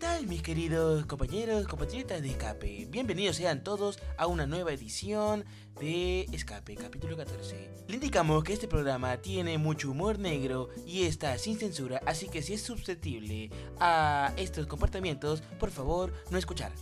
tal, mis queridos compañeros, compañeritas de Escape? Bienvenidos sean todos a una nueva edición de Escape, capítulo 14. Le indicamos que este programa tiene mucho humor negro y está sin censura, así que si es susceptible a estos comportamientos, por favor, no escuchar.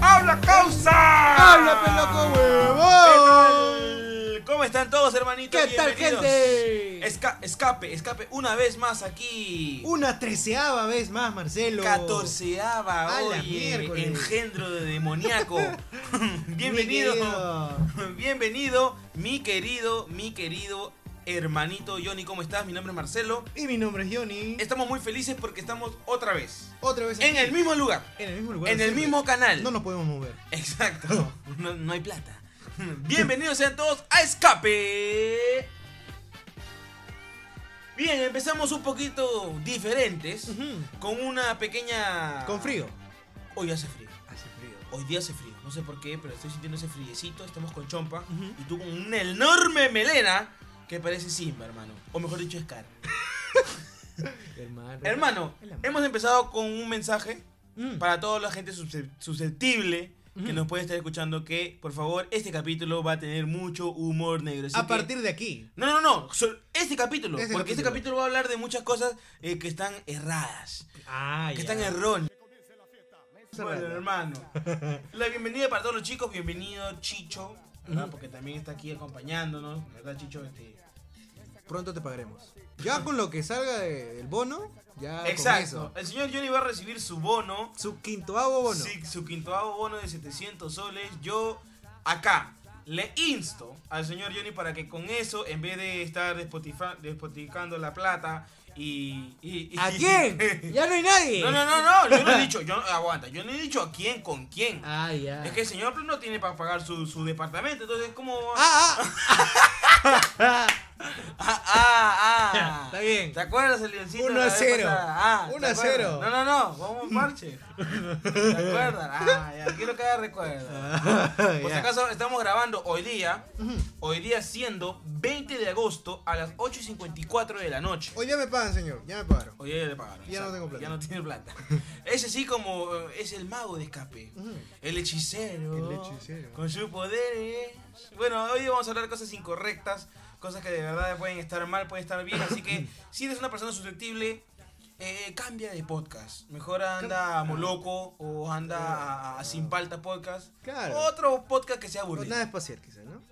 ¡Habla causa! ¡Habla, peloco huevón! ¿Qué tal? ¿Cómo están todos, hermanitos? ¿Qué tal, Bienvenidos. gente? Esca- escape, escape, una vez más aquí. Una treceava vez más, Marcelo. Catorceava, A la oye, miércoles. engendro de demoníaco. Mi bienvenido, querido. bienvenido, mi querido, mi querido hermanito Johnny, ¿cómo estás? Mi nombre es Marcelo. Y mi nombre es Johnny. Estamos muy felices porque estamos otra vez Otra vez en aquí. el mismo lugar, en el mismo lugar. en el siempre. mismo canal. pues. No nos podemos mover. Exacto, no, no hay plata. Bienvenidos sean todos a Escape. Bien, empezamos un poquito diferentes, Ujú. con una pequeña... Con frío. Hoy hace frío. Hace frío. Hoy día hace frío, no sé por qué, pero estoy sintiendo ese friecito. Estamos con Chompa Ujú. y tú con una enorme melena que parece Simba, hermano. O mejor dicho, Scar. Hermano. hermano, El amor. hemos empezado con un mensaje Mm. para toda la gente susce- susceptible que Ujú. nos puede estar escuchando. Que, por favor, este capítulo va a tener mucho humor negro. así A que- partir de aquí. No, no, no, sol- este capítulo, Este porque este capítulo. capítulo va a hablar de muchas cosas eh, que están erradas, Ah, que están erróneas. Bueno, Cerrado. hermano. La bienvenida para todos los chicos, bienvenido Chicho, ¿verdad? porque también está aquí acompañándonos, ¿verdad, Chicho? Este, Pronto te pagaremos. Ya con lo que salga de- del bono, ya Ah, con Exacto. eso. El señor Johnny va a recibir su bono, Su quintoavo bono. sí, su quintoavo bono de 700 soles. Yo acá le insto al señor Johnny para que con eso, en vez de estar despotifa- despoticando la plata y... y- y- ¿A quién? ya no hay nadie. No, no, no, no, yo no he dicho, yo no- aguanta, yo no he dicho a quién, con quién. Ah, ya. Es que el señor no tiene para pagar su, su departamento, entonces ¿cómo va? Ah, ah. Ah, ah, ah. Está bien. ¿Te acuerdas el leoncito? de Uno la a vez cero. pasada? Ah, ¿te Uno a acuerdas? cero. No, no, no. Vamos a marche. ¿Te acuerdas? Ah, ya quiero que haga recuerdo. Por si ah. Ya. acaso estamos grabando hoy día, Ujú. hoy día siendo 20 de agosto a las 8 y 54 de la noche. Hoy ya me pagan, señor. Ya me pagaron. Hoy día ya le pagaron. Ya no exacto. tengo plata. Ya no tiene plata. Ese sí como eh, es el mago de escape. Ujú. El hechicero. El hechicero. Con sus poderes. Bueno, hoy vamos a hablar cosas incorrectas, cosas que de verdad pueden estar mal, pueden estar bien. Así que si eres una persona susceptible, eh, cambia de podcast. Mejor anda a Moloco o anda a, a Sin Palta Podcast. Claro. Otro podcast que sea O aburrido. nada espacial, quizás, ¿no?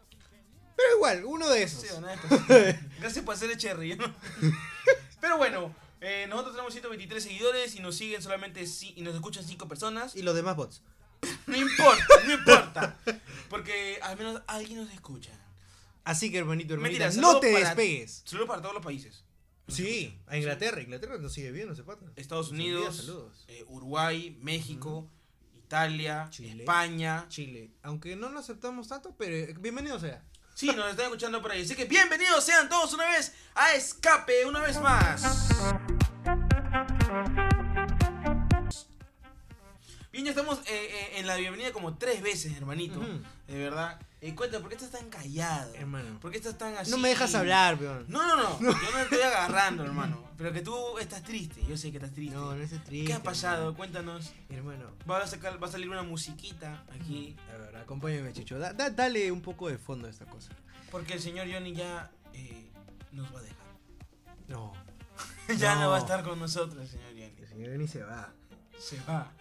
Pero igual, uno de esos. Sí, o nada espacial. Gracias por hacer el cherry. ¿no? Pero bueno, eh, nosotros tenemos 123 seguidores y nos siguen solamente ci- y nos escuchan 5 personas. Y los demás bots. No importa, no importa. Porque al menos alguien nos escucha. Así que, hermanito, hermanita, Mentira, no saludo te para- despegues. Saludos para todos los países. Sí, a Inglaterra. Inglaterra nos sigue bien, no se pata. Estados Nos envía Unidos, saludos. eh, Uruguay, México, Italia, Chile. España. Chile. Aunque no lo aceptamos tanto, pero eh, bienvenido sea. Sí, nos están escuchando por ahí. Así que bienvenidos sean todos una vez a Escape, una vez más. Bien, ya estamos eh, eh, en la bienvenida como tres veces, hermanito. Ujú. De verdad. Eh, cuéntame, ¿por qué estás tan callado? Hermano. ¿Por qué estás tan así? No me dejas hablar, peón. No, no, no, yo no estoy agarrando, hermano. Pero que tú estás triste, yo sé que estás triste. No, no es triste. ¿Qué ha pasado? Cuéntanos. Hermano. Va a, sacar, va a salir una musiquita aquí. A ver, acompáñame, Chicho. Da- da- dale un poco de fondo a esta cosa. Porque el señor Johnny ya eh, nos va a dejar. No. ya no. No. va a estar con nosotros, señor Johnny. El señor ni se va. Se va.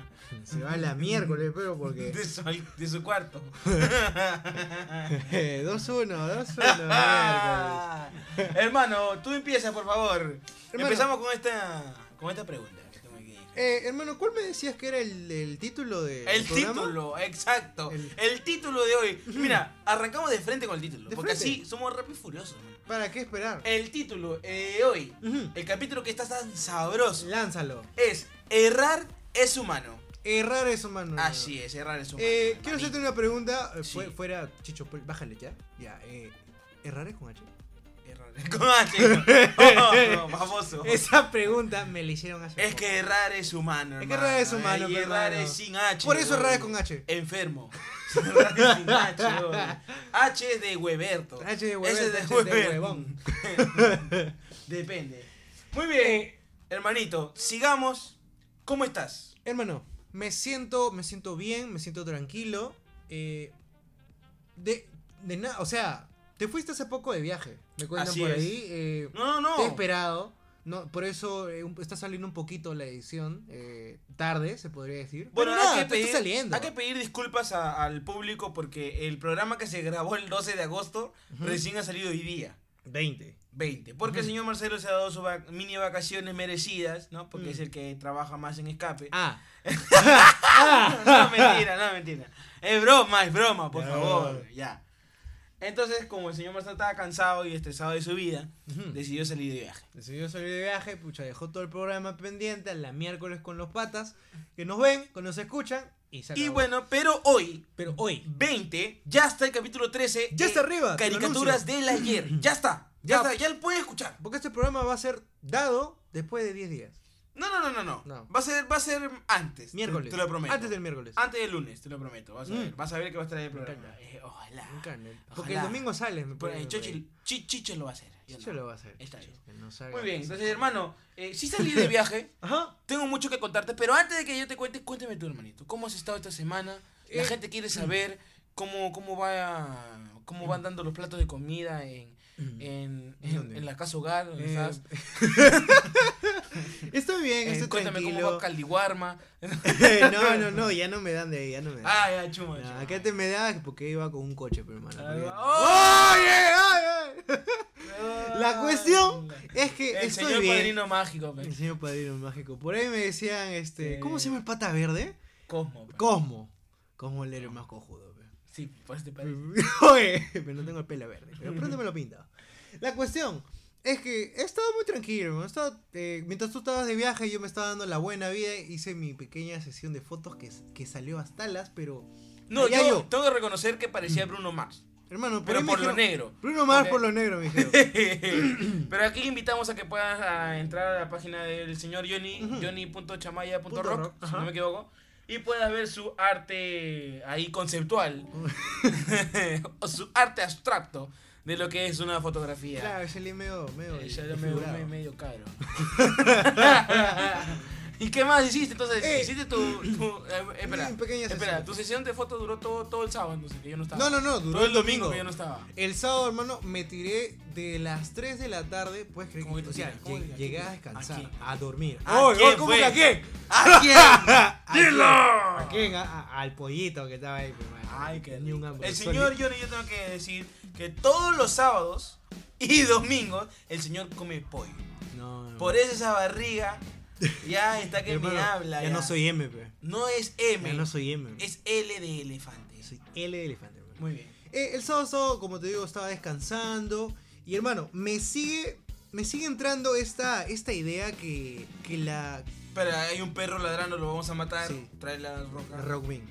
Se va la miércoles, pero porque. De su, de su cuarto. 2-1, 2-1, miércoles. Hermano, tú empieza, por favor. Empezamos con esta, con esta pregunta que tengo aquí. Eh, hermano, ¿cuál me decías que era el, el título de El título, exacto. El... El- Mm. título de hoy. Mira, arrancamos de frente con el título. De porque frente. así somos rápido y furiosos. man. ¿Para qué esperar? El título eh, de hoy, Ujú. el capítulo que está tan sabroso, Lánzalo. es Errar es humano. Errar es humano. hermano. Así es, errar es humano. Mm. Eh, quiero hermanito. hacerte una pregunta. eh, fue- Sí. Fuera, Chicho, pues, bájale ya. Ya, eh, ¿errar es con H? Error. Con H. Oh, no, baboso. Es, Esa pregunta me la hicieron hace poco. que errar es humano. Es que hermano. errar es humano, Y pero errar hermano. es sin H. Por eso weón. errar es con H. Enfermo. Errar es sin H, weón. H es de Hueberto. H de Ese es huevón, de, H de huevón. huevón. Depende. Muy Eh, bien, hermanito, sigamos. ¿Cómo estás? Hermano, me siento, me siento bien, me siento tranquilo. eh, de de nada, o sea, te fuiste hace poco de viaje. Me cuentan Así por es. ahí. eh, No, no, Te he no. esperado. No, por eso eh, un- está saliendo un poquito la edición. eh, tarde, se podría decir. Bueno, Pero nada, hay, que te está pedir, saliendo. hay que pedir disculpas a- al público porque el programa que se grabó el 12 de agosto Ujú. recién ha salido hoy día. 20. 20. Porque el Ujú. señor Marcelo se ha dado sus vac- mini vacaciones merecidas, ¿no? Porque Mm. es el que trabaja más en escape. Ah, no, mentira, no, mentira. Es broma, es broma, por Ya, favor. broma. Ya. Entonces, como el señor Marcelo estaba cansado y estresado de su vida, ujú. decidió salir de viaje. Decidió salir de viaje, pucha, dejó todo el programa pendiente, a la miércoles con los patas, que nos ven, que nos escuchan, y se Y acabó. bueno, pero hoy, pero hoy, 20, ya está el capítulo 13. ya de está arriba, te lo Caricaturas anuncio. del ayer. Ya está. Ya, Ya. está, ya lo pueden escuchar. Porque este programa va a ser dado después de 10 días, No, no, no, no, no. No. Va a ser, va a ser antes. te- miércoles, Te, lo prometo. Ah. antes del miércoles. Antes del lunes, te lo prometo. Vas a Mm. ver. Vas a ver que va a estar en el Me programa. encanta. Eh, ojalá. Un carnet. Ojalá. Porque el domingo sale, me Por ahí, parece. Chochi- Chi- Chiche lo va a hacer. yo Chicho no. lo va a hacer. Está bien. Chicho, que no salga. Muy bien, entonces hermano, eh, sí salí de viaje, Ajá. tengo mucho que contarte, pero antes de que yo te cuente, cuéntame tú hermanito, ¿cómo has estado esta semana? La Eh, gente quiere saber cómo, cómo, va, cómo van dando los platos de comida en, en, en- Mm. ¿Dónde? en la casa hogar, donde Eh, estás. Estoy bien, Eh, estoy cuéntame cómo este tranquilo. va Caldiguarma. no, no, no, ya no me dan de ahí, ya no me dan. ah, ya, chuma, No, chuma. acá Eh, te me das porque iba con un coche, pero hermano. Ah, muy bien. ¡oh! ¡Oye! ¡Ay, ay! La cuestión es que Ah. El estoy señor bien. padrino mágico, pues. pe. El señor padrino mágico. Por ahí me decían, este, Eh. ¿cómo se llama el pata verde? Cosmo. pe. Cosmo. Cosmo el héroe más cojudo. pe. sí, por este padre. Pues, Oye, pero no tengo el pelo verde. Pero pronto me lo pinta. La cuestión es que he estado muy tranquilo. hermano. He estado, eh, mientras tú estabas de viaje, yo me estaba dando la buena vida. Hice mi pequeña sesión de fotos que, que salió hasta las, pero. No, Allá yo, yo. tengo que reconocer que parecía Bruno Mars, Hermano, por ahí pero me por lo dijeron- negro. Bruno Mars Ok. por lo negro, me dijeron. Pero aquí invitamos a que puedas a entrar a la página del señor Johnny, Ujú. Punto johnny.chamaya.rock, rock, si ajá. no me equivoco, y puedas ver su arte ahí conceptual, o su arte abstracto de lo que es una fotografía. Claro, yo leí medio. medio Eh, ya lo me desfigurado. me- medio caro. ¿Y qué más hiciste entonces? Eh. Hiciste tu... tu- eh, espera, Una pequeña espera, sesión. tu sesión de fotos duró todo, todo el sábado, entonces, que yo no estaba. No, no, no, duró Todo el domingo que yo no domingo. estaba. El sábado, hermano, me tiré de las 3 de la tarde, pues creí ¿Cómo que que te o sea, tiras? ¿Cómo lleg- que- a llegué quién? a ¿A descansar, quién? Ah, a dormir. ¿A Oy, oy, quién ¿cómo fue? que a quién? ¿A quién? ¿A quién? ¡Dilo! ¿A quién? A- a- al pollito que estaba ahí, pues, hermano. Ay, qué Ni un rico. El hamburguesón, señor Johnny, yo tengo que decir que todos los sábados y domingos el señor come pollo. ni- No, no. Por eso esa barriga ya está que Hermano, me habla. Ya no soy M, pe. No es M, Ya no soy M. es L de elefante. Soy L de elefante, hermano. Muy bien. Eh, el sábado, sábado, como te digo, estaba descansando. Y hermano, me sigue. Me sigue entrando esta, esta idea que, que la Pero hay un perro ladrando, lo vamos a matar. Sí. Trae la roca. Rockman.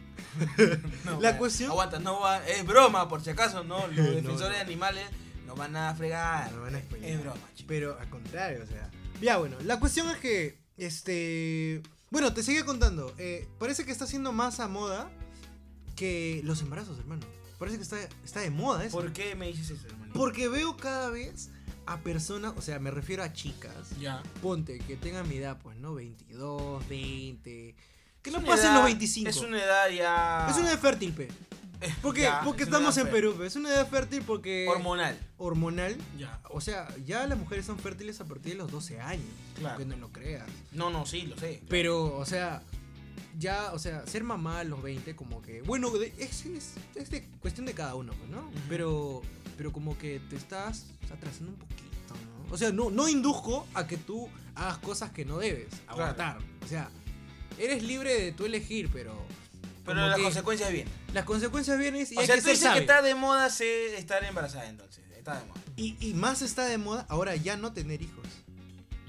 No, La para. cuestión- Aguanta, no va. Es broma, por si acaso, ¿no? Los No, defensores no. de animales no van a fregar. No van a spoilear. es broma, chicos. Pero al contrario, o sea. Ya, bueno, la cuestión es que. Este. Bueno, te sigue contando. eh, parece que está siendo más a moda que los embarazos, hermano. Parece que está, está de moda eso. ¿Por qué me dices eso, hermano? Porque veo cada vez a personas, o sea, me refiero a chicas. Ya. Ponte, que tengan mi edad, pues, ¿no? 22, 20. Que Es no una pasen edad- los 25. Es una edad ya. Eh, Es una edad fértil, pe. Porque, ya, porque es una estamos edad en fértil. Perú, pe. Es una edad fértil porque. hormonal. hormonal. Ya. O sea, ya las mujeres son fértiles a partir de los 12 años. Claro. Aunque no lo creas. No, no, sí, lo sé. Pero, o sea, ya, o sea, ser mamá a los 20, como que. Bueno, de- es, es- es de cuestión de cada uno, pues, ¿no? Ujú. Pero, pero como que te estás atrasando un poquito, ¿no? O sea, no, no induzco a que tú hagas cosas que no debes Claro. abortar. O sea, eres libre de tú elegir, pero. Pero como las que consecuencias vienen. las consecuencias vienen y O hay sea, que tú ser dices que sabio. está de moda ser- estar embarazada entonces. Está de moda. Y, y más está de moda ahora ya no tener hijos.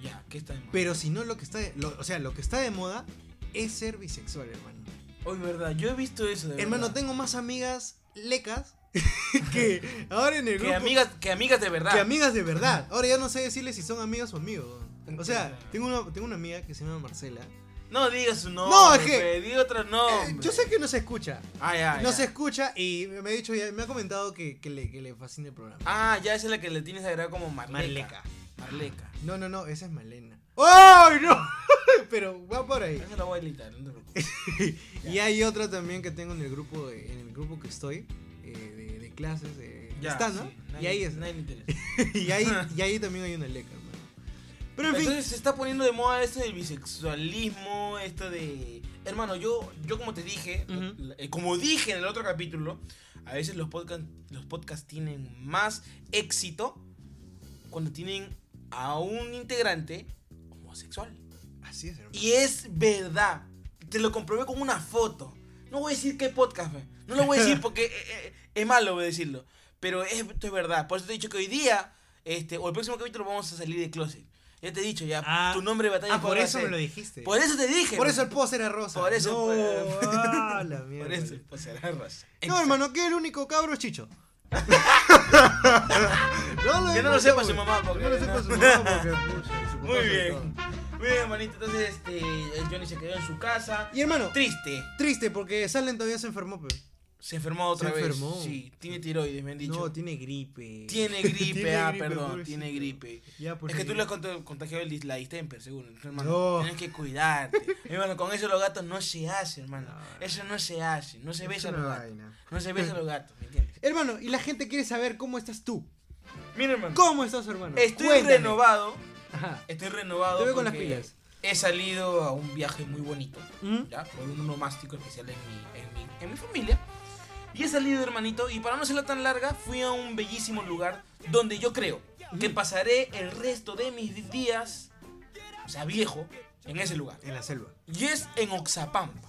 Ya, ¿qué está de moda? Pero si no lo que está de, lo- o sea, lo que está de moda es ser bisexual, hermano. Hoy, verdad, yo he visto eso de hermano, verdad. tengo más amigas lecas que ahora en el Que grupo. amigas, que amigas de verdad. que amigas de verdad. Ahora ya no sé decirle si son amigas o amigos. weón. O sea, Entiendo. tengo una, tengo una amiga que se llama Marcela. No digas su nombre. No, es que- pe, Di otro nombre. Eh, yo sé que no se escucha. Ah, ya, no ya. se escucha y me ha dicho, ya- me ha comentado que, que le, que le fascina el programa. Ah, ya esa es la que le tienes agregado como Marleca. Marleca. Marleca. No, no, no, esa es Malena. ¡Ay, no! Pero va por ahí. Esa la voy a editar, no te preocupes. Y hay otra también que tengo en el grupo, de- en el grupo que estoy, eh, de, de clases, de Ya, está, ¿no? sí, nadie- y, ahí es, Nadie le interesa. y, ahí, y ahí también hay una leca, hermano. Pero en fin, Entonces se está poniendo de moda esto del bisexualismo, esto de... Hermano, yo, yo como te dije, Ujú. la- eh, como dije en el otro capítulo, a veces los podcasts los podcasts tienen más éxito cuando tienen a un integrante homosexual. así es, hermano. Y es verdad. Te lo comprobé con una foto. No voy a decir qué podcast, fe. No lo voy a decir porque eh, eh, es malo voy a decirlo. Pero es- esto es verdad. Por eso te he dicho que hoy día, este, o el próximo capítulo, vamos a salir de closet. Ya te he dicho, ya, Ah. tu nombre de batalla. Ah, por ¿cuál va a eso me ser? lo dijiste. Por eso te dije. Por eso el post era rosa. Por eso, No, pues. ah, la mierda. Por eso, pues, será rosa. No, hermano, que el único cabro es Chicho. no Que no lo digo, sepa güey. su mamá, porque- Que no lo sepa su mamá porque, pucha, su papá Muy sobre bien. todo. Muy bien, hermanito. Entonces, este, el Johnny se quedó en su casa. Y hermano, Triste. triste porque Salen todavía se enfermó, pero. Se enfermó otra Se vez. enfermó. Sí, tiene tiroides, me han dicho. No, tiene gripe. Tiene gripe, Tiene ah, gripe, perdón, pobrecito. tiene gripe. Ya, pues, es que sí. tú le has cont- contagiado el dis- la distemper, seguro. Entonces, hermano, No. tienes que cuidarte. hermano, con eso los gatos no se hace, hermano. No. Eso no se hace. No se Es besa a una los gatos. vaina. No se besa a los gatos, ¿me entiendes? Hermano, y la gente quiere saber cómo estás tú. Mira, hermano. ¿Cómo estás, hermano? Estoy Cuéntame. renovado. Ajá. Estoy renovado. Te veo con las porque pilas. He salido a un viaje muy bonito. ¿Mm? ¿ya? Por un nomástico especial en mi, en, mi, en mi familia. Y he salido, hermanito, y para no serla tan larga, fui a un bellísimo lugar donde yo creo ¿Mm? que pasaré el resto de mis días, o sea, viejo, en ese lugar. En la selva. Y es en Oxapampa.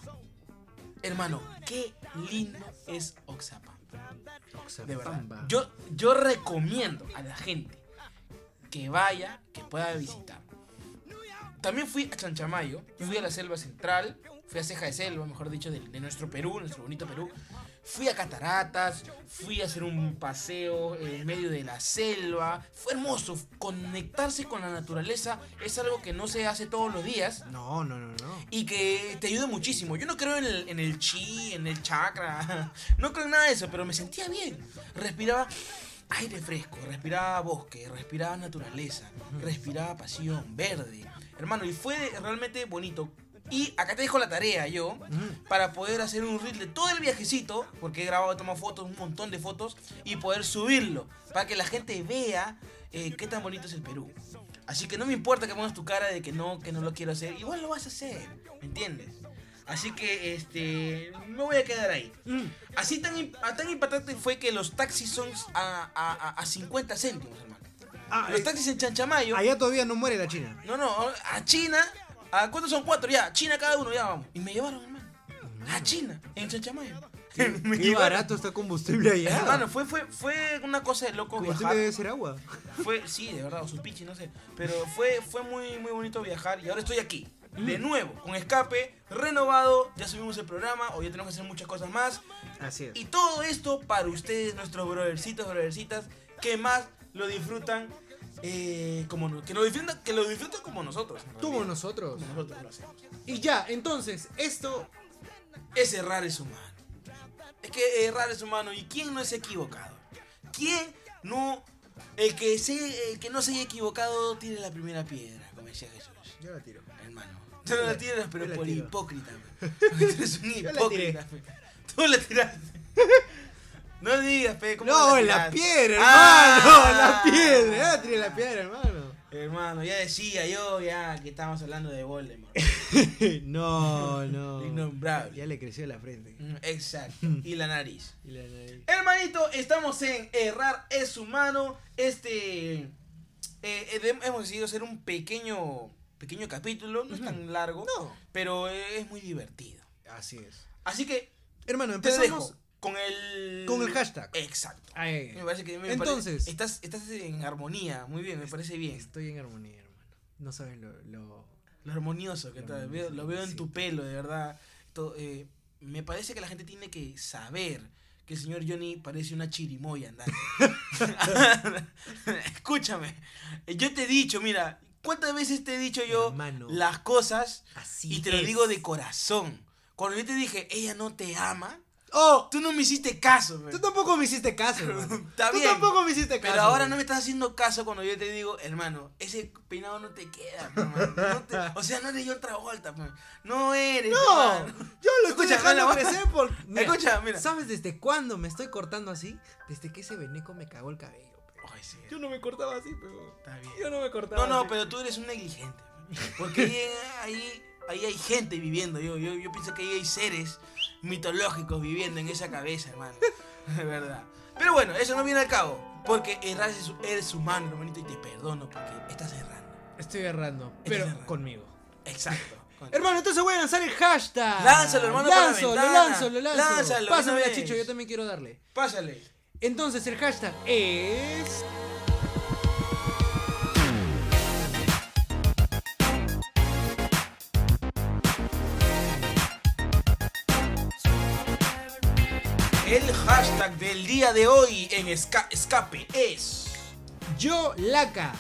Hermano, qué lindo es Oxapampa. De verdad. Oxapampa. Yo, yo recomiendo a la gente que vaya, que pueda visitar. También fui a Chanchamayo, fui a la selva central, fui a Ceja de Selva, mejor dicho, de, de nuestro Perú, nuestro bonito Perú. Fui a Cataratas, fui a hacer un paseo en medio de la selva. Fue hermoso. Conectarse con la naturaleza es algo que no se hace todos los días No, no, no, no. y que te ayude muchísimo. Yo no creo en el, en el chi, en el chakra, no creo en nada de eso, pero me sentía bien. Respiraba aire fresco, respiraba bosque, respiraba naturaleza, respiraba pasión verde. Hermano, y fue realmente bonito. Y acá te dejo la tarea yo, Mm. para poder hacer un reel de todo el viajecito, porque he grabado, he tomado fotos, un montón de fotos, y poder subirlo, para que la gente vea eh, qué tan bonito es el Perú. Así que no me importa que pongas tu cara de que no, que no lo quiero hacer, igual lo vas a hacer, ¿me entiendes? Así que, este, me voy a quedar ahí. Mm. Así tan, im- a- tan impactante fue que los taxis son a, a- a- a 50 céntimos, hermano. Ah, Los eh, taxis en Chanchamayo... allá todavía no muere la China. No, no, a China. ¿A cuántos son cuatro? Ya, China cada uno, ya vamos. Y me llevaron, hermano. A China, en Chanchamayo. me Qué barato está combustible allá. Hermano, fue, fue, fue una cosa de loco combustible debe viajar. ser agua. Fue, sí, de verdad, o sus pichis, no sé. Pero fue, fue muy, muy bonito viajar y ahora estoy aquí. De Mm. nuevo, con escape, renovado, ya subimos el programa, hoy ya tenemos que hacer muchas cosas más. Así es. Y todo esto para ustedes, nuestros brothercitos, brothercitas, que más lo disfrutan, eh, como no- que lo disfrutan, que lo disfrutan como nosotros. en Tuvo realidad. nosotros. Como nosotros lo hacemos. Y ya, entonces, esto. Es errar es humano. Es que errar es humano. ¿Y quién no se ha equivocado? ¿Quién no... El que, se, el que no se haya equivocado tiene la primera piedra, como decía Jesús. Yo la tiro. Hermano. Tú no la tiras, pero Yo la por tiro. hipócrita. Tú eres un la hipócrita. fe. Tú la tiraste. No digas, pe. ¿cómo No, la, tiraste? piedra, hermano. Ah. La piedra. Yo la tiré la piedra, hermano. Hermano, ya decía yo ya que estábamos hablando de Voldemort. no, no. Innombrable. Ya le creció la frente. Mm, Exacto. Y la nariz. Y la nariz. Hermanito, estamos en Errar es humano. Este. eh, eh, de- hemos decidido hacer un pequeño. Pequeño capítulo, no es tan largo, No. pero es muy divertido. Así es. Así que Hermano, te empezamos dejo con el. con el hashtag. Exacto. Ay, Me parece que. me parece- Entonces. estás, estás en armonía, muy bien, me parece bien. Estoy en armonía, hermano. No sabes lo. lo- Lo armonioso que Lo tal, armonioso, veo- lo veo en sí. tu pelo, de verdad. To- eh, me parece que la gente tiene que saber que el señor Johnny parece una chirimoya andando. Escúchame, eh, yo te he dicho, mira, ¿cuántas veces te he dicho yo Hermano. las cosas Así y te lo es. digo de corazón? Cuando yo te dije, ella no te ama, ¡Oh! tú no me hiciste caso, Tú man. tampoco me hiciste caso, hermano. Está Tú bien, tampoco me hiciste caso. Pero ahora no hermano. me estás haciendo caso cuando yo te digo, hermano, ese peinado no te queda, hermano. No te- o sea, no eres yo otra vuelta, pues. no eres. No, hermano. yo lo estoy Escucha, dejando mala- crecer por... Mira, Escucha, mira. ¿Sabes desde cuándo me estoy cortando así? Desde que ese veneco me cagó el cabello. pe. Ay, sí, Yo no me cortaba así, pero... está bien. Yo no me cortaba No, no, así. pero tú eres un negligente. pues. Porque ahí, ahí, ahí hay gente viviendo. Yo, yo, yo pienso que ahí hay seres mitológicos viviendo en esa cabeza, hermano. De verdad. Pero bueno, eso no viene al cabo. Porque erras, eres humano, hermanito, y te perdono porque estás errando. Estoy errando, Estás pero errando. conmigo. Exacto. Hermano, entonces voy a lanzar el hashtag. Lánzalo, hermano, por la Lánzalo, ventana. lanzo, lo lanzo. Lánzalo, Pásame una la vez. chicho, yo también quiero darle. Pásale. Entonces el hashtag es. El hashtag del día de hoy en Esca- Escape es... Yo laca.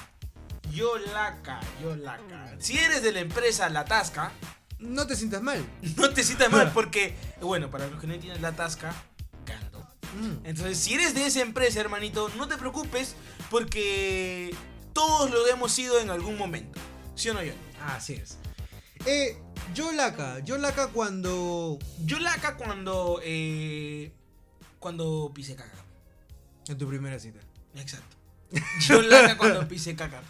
Yo laca, yo laca. Si eres de la empresa La Tasca, No te sientas mal. no te citas mal porque, bueno, para los que no entienden La Tasca, Gando. Mm. Entonces, si eres de esa empresa, hermanito, no te preocupes porque todos lo hemos sido en algún momento. ¿Sí o no, yo? Así es. Eh, yo laca. Yo laca cuando. Yo laca cuando... eh, cuando pise caca. En tu primera cita. Exacto. Yo laca cuando pise caca.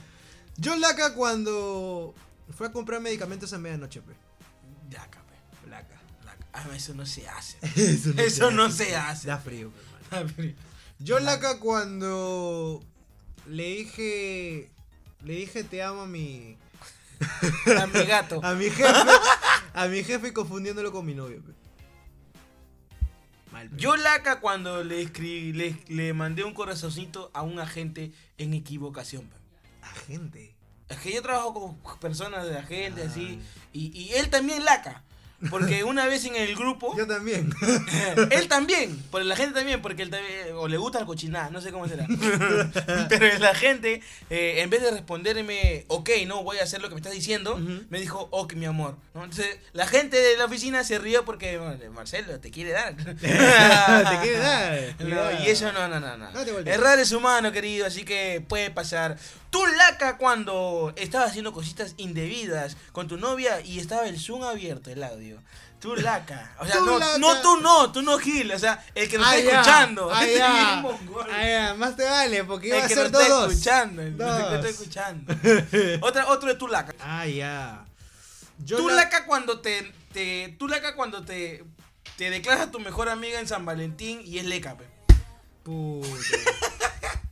Yo laca cuando. Fue a comprar medicamentos a medianoche, pe. Laca, pe, Laca. laca. Ah, eso no se hace. Eso no Eso se no hace. se hace. Da frío, pe, hermano. pe. Yo laca cuando le dije le dije te amo a mi A mi gato. a mi jefe a mi jefe confundiéndolo con mi novio. pe. Mal, pe. Yo laca cuando le escribí, le, le mandé un corazoncito a un agente en equivocación. pe. agente. Es que yo trabajo con personas de agente Ah. así y, y él también laca. Porque una vez en el grupo, Yo también. él también, por la gente también, porque él también, o le gusta la cochinada, no sé cómo será. Pero la gente, eh, en vez de responderme, ok, no voy a hacer lo que me estás diciendo, Ujú. me dijo, ok, mi amor. ¿no? Entonces, la gente de la oficina se rió porque, bueno, Marcelo, te quiere dar. te quiere Ah, dar. No, y eso no, no, no, no. No te voltees. Errar es humano, querido, así que puede pasar. Tú laca cuando estabas haciendo cositas indebidas con tu novia y estaba el Zoom abierto, el audio. Tú laca. O sea, Tú no, laca. no tú no, tú no Gil, o sea, el que nos Ah, está ya. escuchando. Ah, Este ya. bien mongol. Ah, ya. Más te vale, porque iba el a que nos ser está dos dos. escuchando, el que nos Dos. está escuchando. Otra, otro de tú laca. Ah, ya. Yo Tú la- laca cuando te, te tú laca cuando te te declaras tu mejor amiga en San Valentín y es leca, pe. Puta.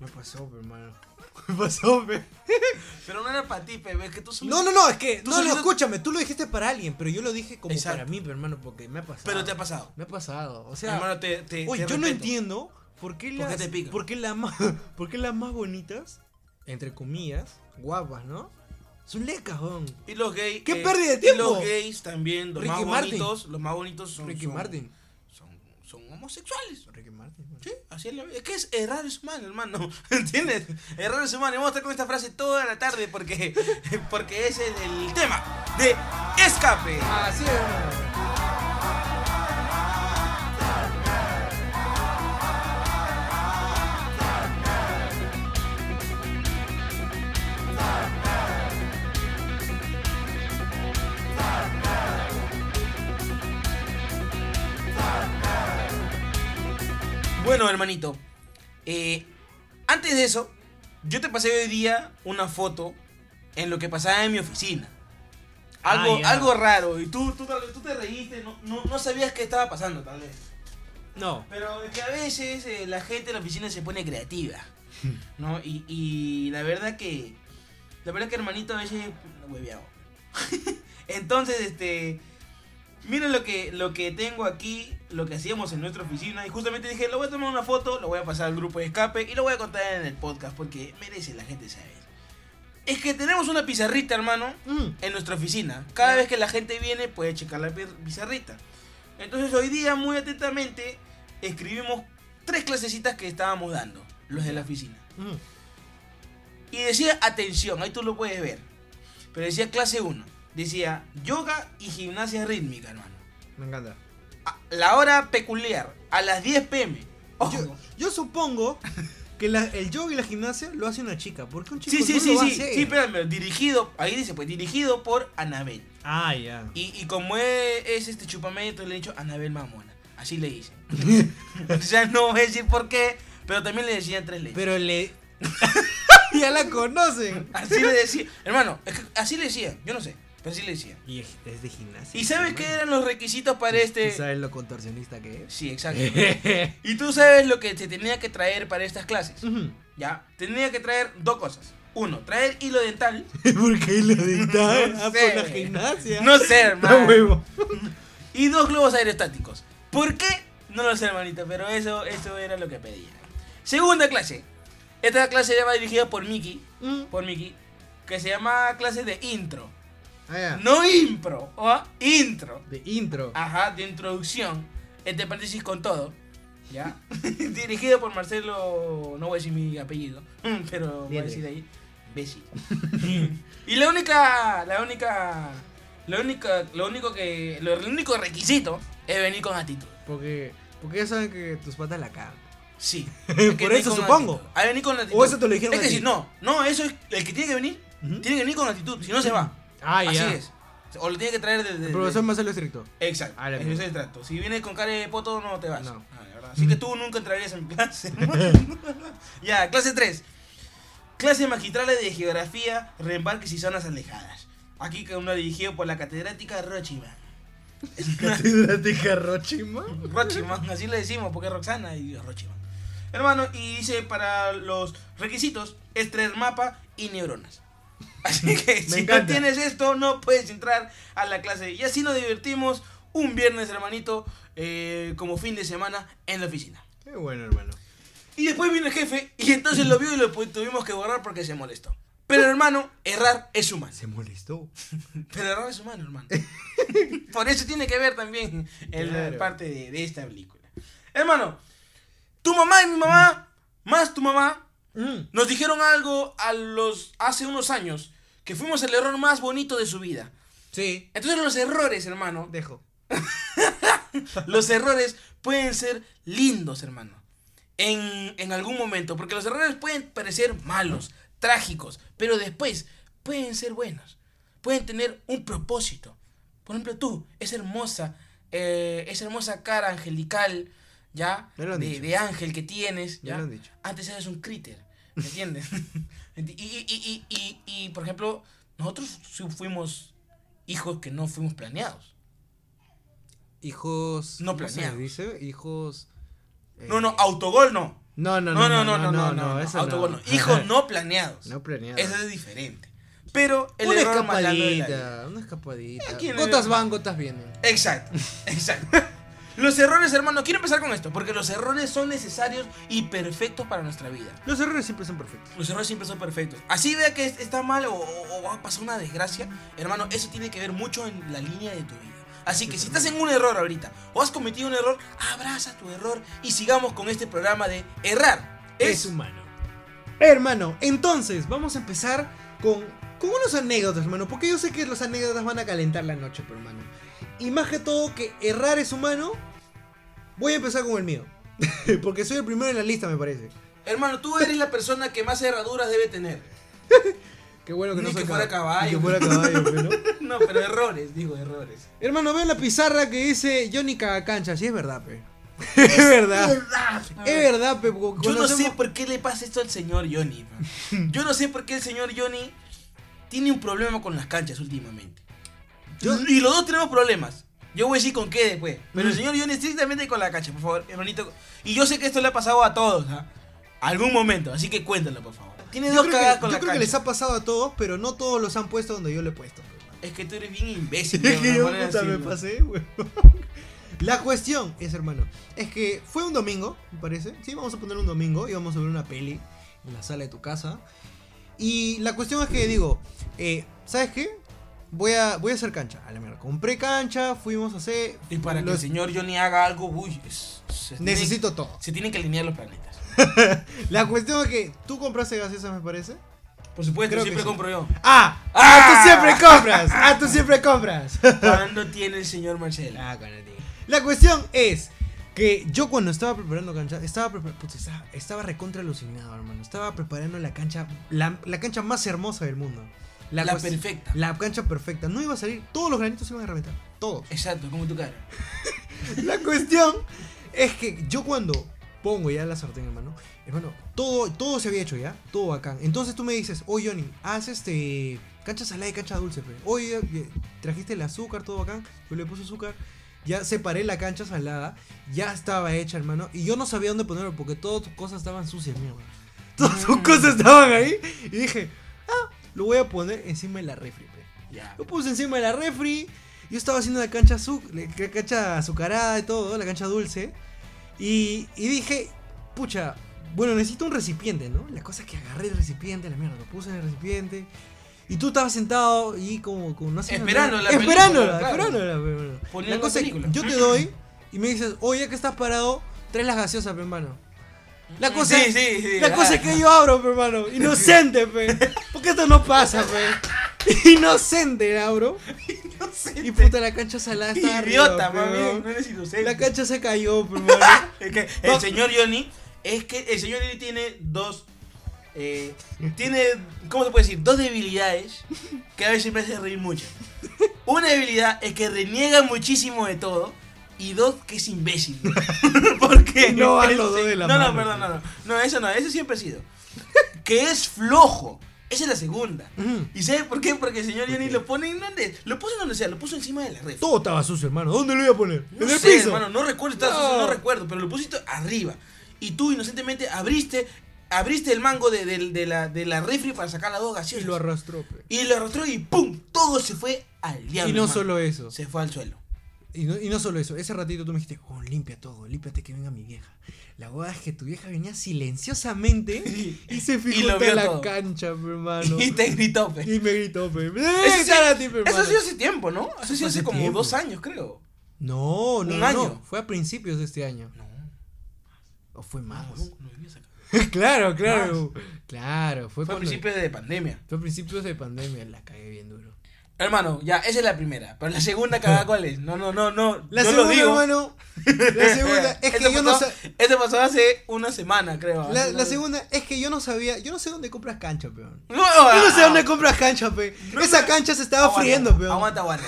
Me pasó, pe, hermano. Me pasó, pe. Pero no era para ti, pe, es que tú solo- No, no, no, es que. Tú No, no, solito- escúchame, tú lo dijiste para alguien, pero yo lo dije como Exacto. para mí, pero, hermano, porque me ha pasado. Pero te ha pasado. Me ha pasado. O sea, hermano, te, te, oye, te yo no respeto. entiendo por qué ¿Por las. qué te pican? por qué las más. por qué las más bonitas, entre comillas, guapas, ¿no? Son lecas, weón. Y los gays. ¡Qué pérdida de Y tiempo! los gays también, los Ricky más Martin. bonitos, los más bonitos son. Ricky son- Martin. Son, son homosexuales. Ricky Martin, weón. Sí, así es la vida. Es que es errar es humano, hermano. ¿Entiendes? Errar es humano. Y vamos a estar con esta frase toda la tarde porque, porque ese es el, tema de escape. Así Ah, es, hermano. Bueno, hermanito. eh, antes de eso, yo te pasé hoy día una foto en lo que pasaba en mi oficina. Algo, Ah, ya. algo raro. Y tú, tú, tal vez- tú te reíste, no, no, no sabías qué estaba pasando, tal vez. No. Pero es que a veces eh, la gente de la oficina se pone creativa, ¿no? Y, y la verdad que. La verdad que hermanito a veces hueveado. Entonces, este. Miren lo que, lo que tengo aquí, lo que hacíamos en nuestra oficina. Y justamente dije, lo voy a tomar una foto, lo voy a pasar al grupo de escape y lo voy a contar en el podcast porque merece la gente saber. Es que tenemos una pizarrita, hermano, Mm. en nuestra oficina. Cada vez que la gente viene puede checar la pi- pizarrita. Entonces hoy día muy atentamente escribimos tres clasecitas que estábamos dando, los de la oficina. Ujú. Y decía, atención, ahí tú lo puedes ver. Pero decía clase 1. Decía yoga y gimnasia rítmica, hermano. Me encanta. A- la hora peculiar, a las 10 pm. Ojo. Yo, yo supongo que la- el yoga y la gimnasia lo hace una chica. ¿Por qué un chico sí, sí, no sí, lo va a sí. hacer? Sí, espérame, dirigido, ahí dice, pues dirigido por Anabel. Ah, ya. Y, y como es, es este chupamento, le he dicho Anabel Mamona. Así le hice. o sea, no voy a decir por qué, pero también le decían tres leyes. Pero le... ya la conocen. Así le decía. Hermano, es que así le decían. Yo no sé, pero así le decían. Y es, es de gimnasia. ¿Y sabes qué eran los requisitos para este? ¿Tú sabes lo contorsionista que es? Sí, exacto. Y tú sabes lo que te tenía que traer para estas clases. Ujú. Ya, tenía que traer dos cosas. Uno, traer hilo dental. ¿Por qué lo dictaban? No ah, sé. por la gimnasia. Ah, No sé, No, hermano. huevo. Y dos globos aerostáticos. ¿Por qué? No lo sé, hermanito, pero eso, eso era lo que pedía. Segunda clase. Esta clase ya va dirigida por Mickey, Mm. por Mickey, que se llama clase de intro. Ah, ya. No impro, ¿ah? intro. De intro. Ajá, de introducción. Entre paréntesis con todo. ¿Ya? Dirigido por Marcelo. No voy a decir mi apellido. Pero voy a Bien, decir bien. ahí. Bessi. y la única. La única. Lo único, lo único que. Lo único requisito es venir con actitud. Porque, porque ya saben que tus patas la cagan. Sí. Hay que Por venir eso con supongo. actitud. Hay que venir con actitud. O eso te lo dijeron Es que a ti. si no, no, eso es. El que tiene que venir, Ujú. tiene que venir con actitud. Si no se va. Ah, Así ya. es. O lo tiene que traer desde. El profesor Marcelo estricto. Exacto. A la ese es mierda. el trato. Si vienes con cara de poto, no te vas. No. Mm. Ah, la verdad. Así que tú nunca entrarías en mi clase. ya, clase 3. Clase magistrales de geografía, reembarques y zonas alejadas. Aquí con una dirigido por la catedrática Rochiman. Catedrática Rochima. Rochiman, así le decimos, porque es Roxana y Rochiman. Hermano, y dice para los requisitos es traer mapa y neuronas. Así que si no encanta. tienes esto, no puedes entrar a la clase. Y así nos divertimos un viernes, hermanito, eh, como fin de semana en la oficina. Qué bueno, hermano. Y después vino el jefe y entonces lo vio y lo pu- tuvimos que borrar porque se molestó. Pero hermano, errar es humano. Se molestó. Pero errar es humano, hermano. Por eso tiene que ver también en la Claro. parte de, de esta película. Hermano, tu mamá y mi mamá, más tu mamá, nos dijeron algo a los hace unos años que fuimos el error más bonito de su vida. Sí. Entonces los errores, hermano, Dejo. los errores pueden ser lindos, hermano. En, en algún momento, porque los errores pueden parecer malos, trágicos, pero después pueden ser buenos. Pueden tener un propósito. Por ejemplo, tú, esa hermosa, eh, esa hermosa cara angelical, ¿ya? Ya lo han de, dicho. de ángel que tienes, Ya ¿ya? lo han dicho. Antes eres un críter, ¿me entiendes? y, y, y, y, y, y, por ejemplo, nosotros sí fuimos hijos que no fuimos planeados. Hijos. No ¿cómo se planeados. dice? Hijos. eh, No, no, autogol no. No, no, No, no, no, no, no, no, eso autogol no. Hijos no planeados. No planeado. Eso es diferente. Pero el una error más grande de la vida. escapadita, una escapadita. Aquí en el- Gotas van, gotas vienen. Exacto, exacto. Los errores, hermano, quiero empezar con esto, porque los errores son necesarios y perfectos para nuestra vida. Los errores siempre son perfectos. Los errores siempre son perfectos. Así vea que es- está mal o, o- o va a pasar una desgracia, hermano, eso tiene que ver mucho en la línea de tu vida. Así que si estás en un error ahorita o has cometido un error, abraza tu error y sigamos con este programa de errar. Es humano. Hermano, entonces vamos a empezar con, con unos anécdotas, hermano. Porque yo sé que las anécdotas van a calentar la noche, pero hermano. Y más que todo que errar es humano, voy a empezar con el mío. porque soy el primero en la lista, me parece. Hermano, tú eres la persona que más herraduras debe tener. Qué bueno que Ni no soy que fuera Ni caballo. que fuera caballo, pues, ¿no? No, pero errores, digo, errores. Hermano, veo la pizarra que dice Johnny Cagacancha. Sí, es verdad, pe. es verdad. Es verdad, pe. porque Yo no conocemos- sé pues, por qué le pasa esto al señor Johnny. man. Yo no sé por qué el señor Johnny tiene un problema con las canchas últimamente. Yo- Y los dos tenemos problemas. Yo voy a decir con qué después. Pero el señor Johnny estrictamente con la cancha, por favor, hermanito. Y yo sé que esto le ha pasado a todos, ¿ah? Algún momento, así que cuéntalo, por favor. Tiene Yo dos creo, cagadas que, con yo la creo que cancha. les ha pasado a todos, pero no todos los han puesto donde yo lo he puesto. pe, hermano. Es que tú eres bien imbécil. Es de que una yo manera puta, así, me man. pasé, weón. La cuestión es, hermano, es que fue un domingo, me parece. Sí, vamos a poner un domingo y vamos a ver una peli en la sala de tu casa. Y la cuestión es que digo, eh, ¿sabes qué? voy a, voy a hacer cancha. A la mierda, compré cancha, fuimos a hacer. Y para que el los- señor Johnny haga algo, uy, es- se tiene- Necesito todo. se tienen que alinear los planetas. La cuestión es que tú compraste gaseosas, me parece. Por supuesto, Creo que siempre sí. compro yo. ¡Ah! ¡Ah! ¡Ah! ¡Tú siempre compras! ¡Ah! ¡Tú siempre compras! ¿Cuándo tiene el señor Marcelo? Ah, con el tío. La cuestión es que yo cuando estaba preparando cancha, estaba, prepar- puta, estaba, estaba recontra alucinado, hermano. Estaba preparando la cancha, la, la cancha más hermosa del mundo. La, cuest- perfecta. La cancha perfecta. No iba a salir, todos los granitos se iban a reventar. Todos. Exacto, como tu cara. La cuestión es que yo cuando pongo ya la sartén, hermano, hermano, todo, todo se había hecho ya, todo bacán. Entonces tú me dices, oye Johnny, haz este cancha salada y cancha dulce, pe. Oye, eh, trajiste el azúcar, todo bacán, yo le puse azúcar. Ya separé la cancha salada, ya estaba hecha, hermano, y yo no sabía dónde ponerlo porque todas tus cosas estaban sucias, mierda. Todas tus Mm. cosas estaban ahí y dije, ah, lo voy a poner encima de la refri, pe. Ya. Lo puse encima de la refri. Yo estaba haciendo la cancha, azu- la cancha azucarada y todo, la cancha dulce. Y, y dije, pucha, bueno, necesito un recipiente, ¿no? La cosa es que agarré el recipiente, la mierda, lo puse en el recipiente. Y tú estabas sentado y como, como no sé. Esperando nada. la película, Esperándola, claro. esperándola, pero bueno. Poniendo La cosa la es que película. yo te doy y me dices, oye, que estás parado, traes las gaseosas, pe, hermano. La cosa, Sí, sí, sí, ah. la cosa es claro. que yo abro, pe, hermano. Inocente, pe. Porque esto no pasa, pe. Inocente, abro. Y puta, la cancha salada estaba arriba, Idiota, pe, mami. weón. No eres inocente. La cancha se cayó, pe, hermano. Es que No. el señor Johnny es que el señor Johnny tiene dos eh, tiene cómo se puede decir dos debilidades que a veces me hace reír mucho una debilidad es que reniega muchísimo de todo y dos que es imbécil porque No van el los dos se- de la no mano, no perdón no tío. no no eso no eso siempre ha sido que es flojo esa es la segunda Ujú. y sabe por qué porque el señor ¿Por Johnny qué? lo pone en donde lo puso en donde sea lo puso encima de la red Todo estaba sucio, hermano. ¿Dónde lo iba a poner? no en el sé, piso. hermano, no recuerdo, estaba No. sucio, no. recuerdo, pero lo pusiste arriba. Y tú inocentemente abriste, abriste el mango de, de- de la, de la refri para sacar las dos Y gaseosas. lo arrastró, pe. Y lo arrastró y ¡pum! Todo se fue al diablo. Y no hermano. solo eso. Se fue al suelo. Y no, y no solo eso, ese ratito tú me dijiste, oh, limpia todo, límpiate que venga mi vieja. La boda es que tu vieja venía silenciosamente y se Y lo fijó vio en la todo. cancha, mi hermano. Y te gritó, pe. Y me gritó, pe. Eso ¡Eh, sí- cara a ti, pe, Eso hermano! ha sido hace tiempo, ¿no? Eso ha sido Hace hace como tiempo. dos años, creo. No, no, Un no, año. Fue a principios de este año. No, ¿O fue no, más? no, no vivías acá. claro, claro. Claro, Fue fue, a cuando- principios de pandemia. fue a principios de pandemia, la cagué bien duro. Hermano, ya, esa es la primera. Pero la segunda, cagada, ¿cuál es? No, no, no, no. La no lo segunda, digo. hermano. La segunda es Esto que yo no pasó- sa- Esto pasó hace una semana, creo. La, Hace la una- segunda es que yo no sabía, yo no sé dónde compras cancha, peón. No, Yo no sé dónde compras cancha, pe. No, Esa Ah. no. cancha se estaba Aguanta, friendo, peón. Aguanta, aguanta.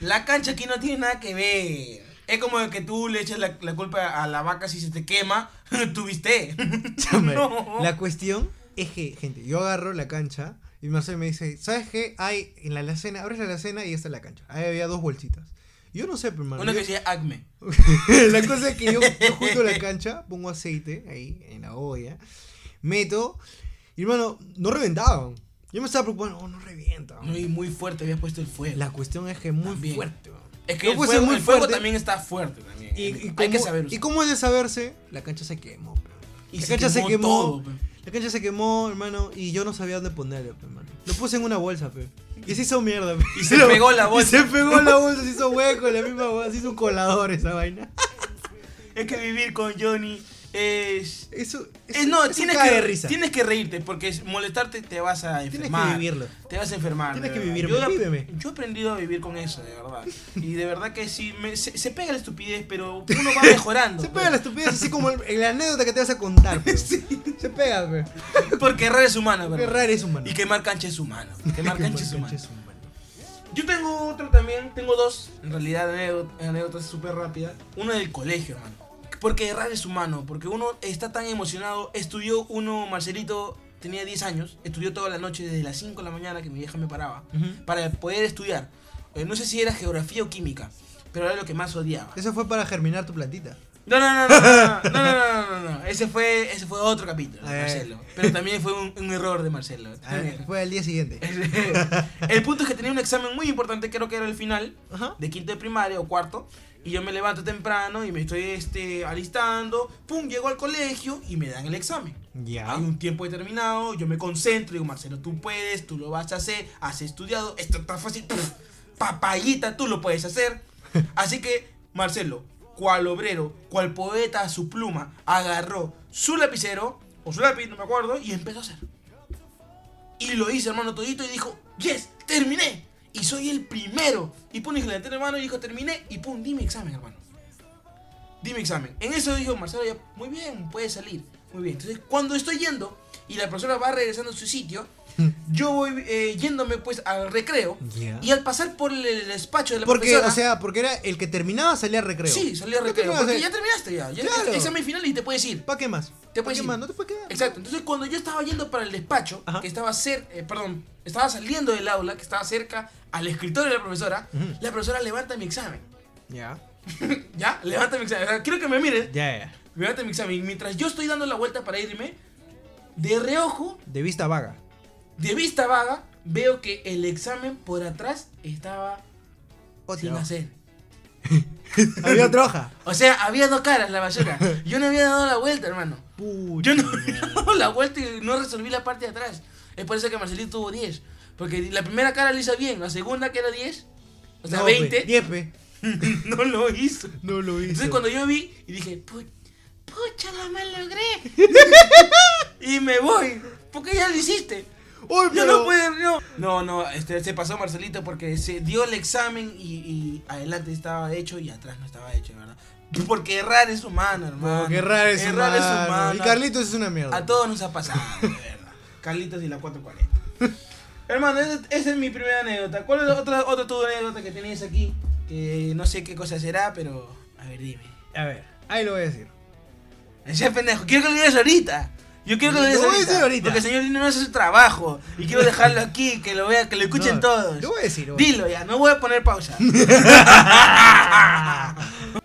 La cancha aquí no tiene nada que ver. Es como que tú le echas la, la culpa a la vaca si se te quema. Tuviste. Escúchame, No. La cuestión es que, gente, yo agarro la cancha y Marcel me dice, ¿sabes qué? Hay en la alacena, abres la alacena y esta es la cancha. Ahí había dos bolsitas. Yo no sé, pero hermano. Una yo- que decía acme. la cosa es que yo, yo junto la cancha, pongo aceite ahí en la olla, meto, y hermano, no reventaban. Yo me estaba preocupando, oh, no revienta. No, y muy fuerte habías puesto el fuego. La cuestión es que es muy También. fuerte. Eh, man. Es que Yo el, puse fuego, muy el fuego fuerte. también está fuerte. También. Y, y Hay como, que saber ¿Y usar. cómo es de saberse? La cancha se quemó. pe. Y la cancha se quemó. todo, pe. La cancha se quemó, hermano, y yo no sabía dónde ponerlo, pe, hermano. Lo puse en una bolsa, pe. Y se hizo mierda, pe. Y se Lo- pegó la bolsa. Y se pegó la bolsa, se hizo hueco, la misma bolsa, se hizo un colador esa vaina. Es que vivir con Johnny es. Eso, es- no, eso tienes cae que, de risa. tienes que reírte porque es- molestarte te vas a Tienes enfermar. que vivirlo. Te vas a enfermar. Tienes de que verdad. vivirme, Yo, he- víveme. yo he aprendido a vivir con eso, de verdad. Y de verdad que sí, me- se, se pega la estupidez, pero uno va mejorando. Se pues. pega la estupidez, así como el- la anécdota que te vas a contar, pe. Se pega, pe. pues. Porque errar es humano, Qué ¿verdad? raro es humano. Y quemar cancha es humano. Quemar cancha es humano. humano. Yo tengo otro también, tengo dos, en realidad anécdo- anécdotas súper rápidas. Una del colegio, hermano. Porque errar es humano, porque uno está tan emocionado. Estudió uno, Marcelito tenía 10 años, estudió toda la noche desde las 5 de la mañana que mi vieja me paraba Ujú. para poder estudiar. Eh, no sé si era geografía o química, pero era lo que más odiaba. Eso fue para germinar tu plantita. No, no, no, no, no, no, no, no, no, no. Ese fue, ese fue otro capítulo A de ver. Marcelo. Pero también fue un, un error de Marcelo. A ver, Ah, fue al día siguiente. Eh. el punto es que tenía un examen muy importante, creo que era el final, Ajá. de quinto de primaria o cuarto, Y yo me levanto temprano y me estoy este, alistando. Pum, llego al colegio y me dan el examen. Ya. Hay Ah, un tiempo determinado, yo me concentro y digo, Marcelo, tú puedes, tú lo vas a hacer, has estudiado, esto está fácil, pff, papayita, tú lo puedes hacer. Así que, Marcelo, cual obrero, cual poeta a su pluma, agarró su lapicero, o su lápiz, no me acuerdo, y empezó a hacer. Y lo hice, hermano, todito y dijo, yes, terminé. Y soy el primero. Y pone la entera, hermano, y dijo, terminé. Y pum, di mi examen, hermano. Di mi examen. En eso dijo Marcelo, ya, muy bien, puede salir. Muy bien. Entonces, cuando estoy yendo y la persona va regresando a su sitio, yo voy eh, yéndome pues al recreo. Ya. Y al pasar por el, el despacho de la Porque, profesora... o sea, porque era el que terminaba salía a recreo. Sí, salí al ¿Qué recreo. terminaba Porque de ya hacer? terminaste ya. Ya Claro. examen final y te puedes ir. ¿Para qué más? Te ¿Para puedes qué ir. más? No te puedes quedar. Exacto. Entonces cuando yo estaba yendo para el despacho, Ajá. que estaba cerca, perdón, estaba saliendo del aula, que estaba cerca al escritorio de la profesora, Ujú. la profesora levanta mi examen. Ya. ¿Ya? Levanta mi examen. O sea, quiero que me miren. Ya, ya. Levanta mi examen. Y Mientras yo estoy dando la vuelta para irme, de reojo, De vista vaga. de vista vaga, veo que el examen por atrás estaba sin Ya. hacer. Había otra hoja. O sea, había dos caras la basura. Yo no había dado la vuelta, hermano. Yo no había dado la vuelta y no resolví la parte de atrás. Es por eso que Marcelito tuvo 10. Porque la primera cara la hizo bien, la segunda que era 10, o sea, 20, 10, pe. no lo hizo. No lo hice. Entonces cuando yo vi y dije, "Pu- pucha, la malogré. y me voy, porque ya lo hiciste. Uy, Yo pero... no puedo, no. No, no, este, se pasó Marcelito porque se dio el examen y, y adelante estaba hecho y atrás no estaba hecho, ¿verdad? Porque errar es humano, hermano. No, Oh, qué raro es Errar es humano. humano. Y Carlitos es una mierda. A todos nos ha pasado, de verdad. Carlitos y la 440. hermano, esa, esa es mi primera anécdota. ¿Cuál es la otra, otra tu anécdota que tenías aquí? Que no sé qué cosa será, pero. A ver, dime. A ver, ahí lo voy a decir. Ese pendejo, quiero que lo digas ahorita. Yo quiero que lo Lo digas voy a ahorita, decir ahorita. Porque el señor no hace su trabajo. Y quiero dejarlo aquí, que lo vea, que lo escuchen No, todos. Lo voy a decir. lo voy a Dilo ya, no voy a poner pausa. decir.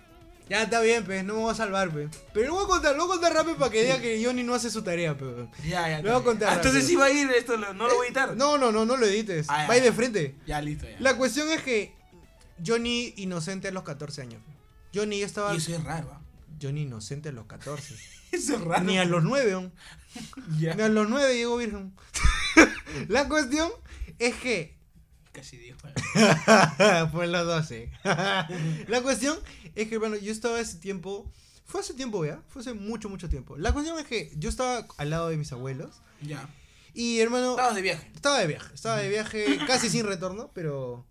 Ya está bien, pe. No me voy a salvar, pe. Pero lo voy a contar, lo voy a contar rápido para que diga que Johnny no hace su tarea, pues. pe. ya, ya. Lo voy a contar Ah, Entonces rápido. Eh, sí va a ir esto, lo- no lo voy a editar. No, no, no, no lo edites. Ah, ya. Va ahí de frente. Ya, listo, ya. La cuestión es que Johnny inocente a los 14 años. pues. Johnny ya estaba. Y eso es raro. ¿ah? Johnny inocente a los 14. Eso es raro. Ni a los 9, aún. Ya. Ni a los 9 llegó virgen. La cuestión es que Casi dijo. Fue los 12. la cuestión es que, bueno, yo estaba ese tiempo. Fue hace tiempo, ¿ya? Fue hace mucho, mucho tiempo. La cuestión es que yo estaba al lado de mis abuelos. Ya. Y, hermano, Estabas de viaje. estaba de viaje. Estaba de viaje casi sin retorno, pero.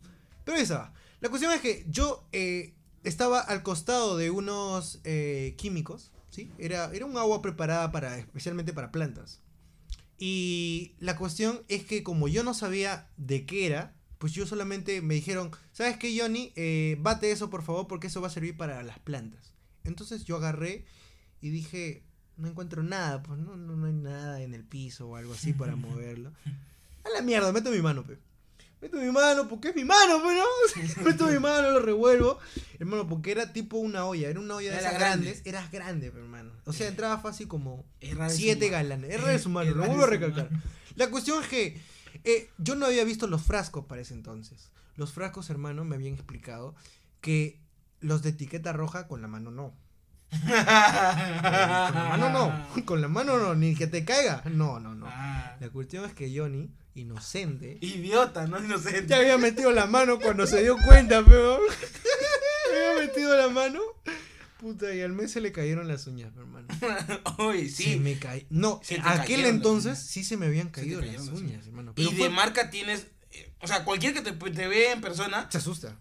Pero ahí estaba. La cuestión es que yo eh, estaba al costado de unos eh, químicos, ¿sí? Era, era un agua preparada para, especialmente para plantas. Y la cuestión es que como yo no sabía de qué era, pues yo solamente me dijeron, ¿sabes qué, Johnny? Eh, bate eso, por favor, porque eso va a servir para las plantas. Entonces yo agarré y dije, no encuentro nada, pues no, no, no hay nada en el piso o algo así para moverlo. A la mierda, meto mi mano, pe. Meto mi mano, porque es mi mano, pues, ¿no? meto mi mano, lo revuelvo. Hermano, porque era tipo una olla, era una olla de Era esas grande. grandes. Eras grande, pe, hermano. O sea, entraba fácil como Ah, Es raro. Siete galas. galanes. Es de su mano, Es lo raro vuelvo a es humano. recalcar. La cuestión es que eh, yo no había visto los frascos para ese entonces. Los frascos, hermano, me habían explicado que los de etiqueta roja con la mano no. Con la mano Ah, no. Con la mano no, ni que te caiga. No, no, no. Ah. La cuestión es que Johnny, inocente, Idiota, no inocente. ya había metido la mano cuando se dio cuenta, peón. había metido la mano. Puta, y al mes se le cayeron las uñas, hermano. Uy, Se sí. me caí. No, Se te a aquel cayeron las entonces uñas. sí se me habían te caído las cayeron las uñas, uñas. hermano. Pero Y fue- de marca tienes. eh, O sea, cualquier que te, te ve en persona. se asusta.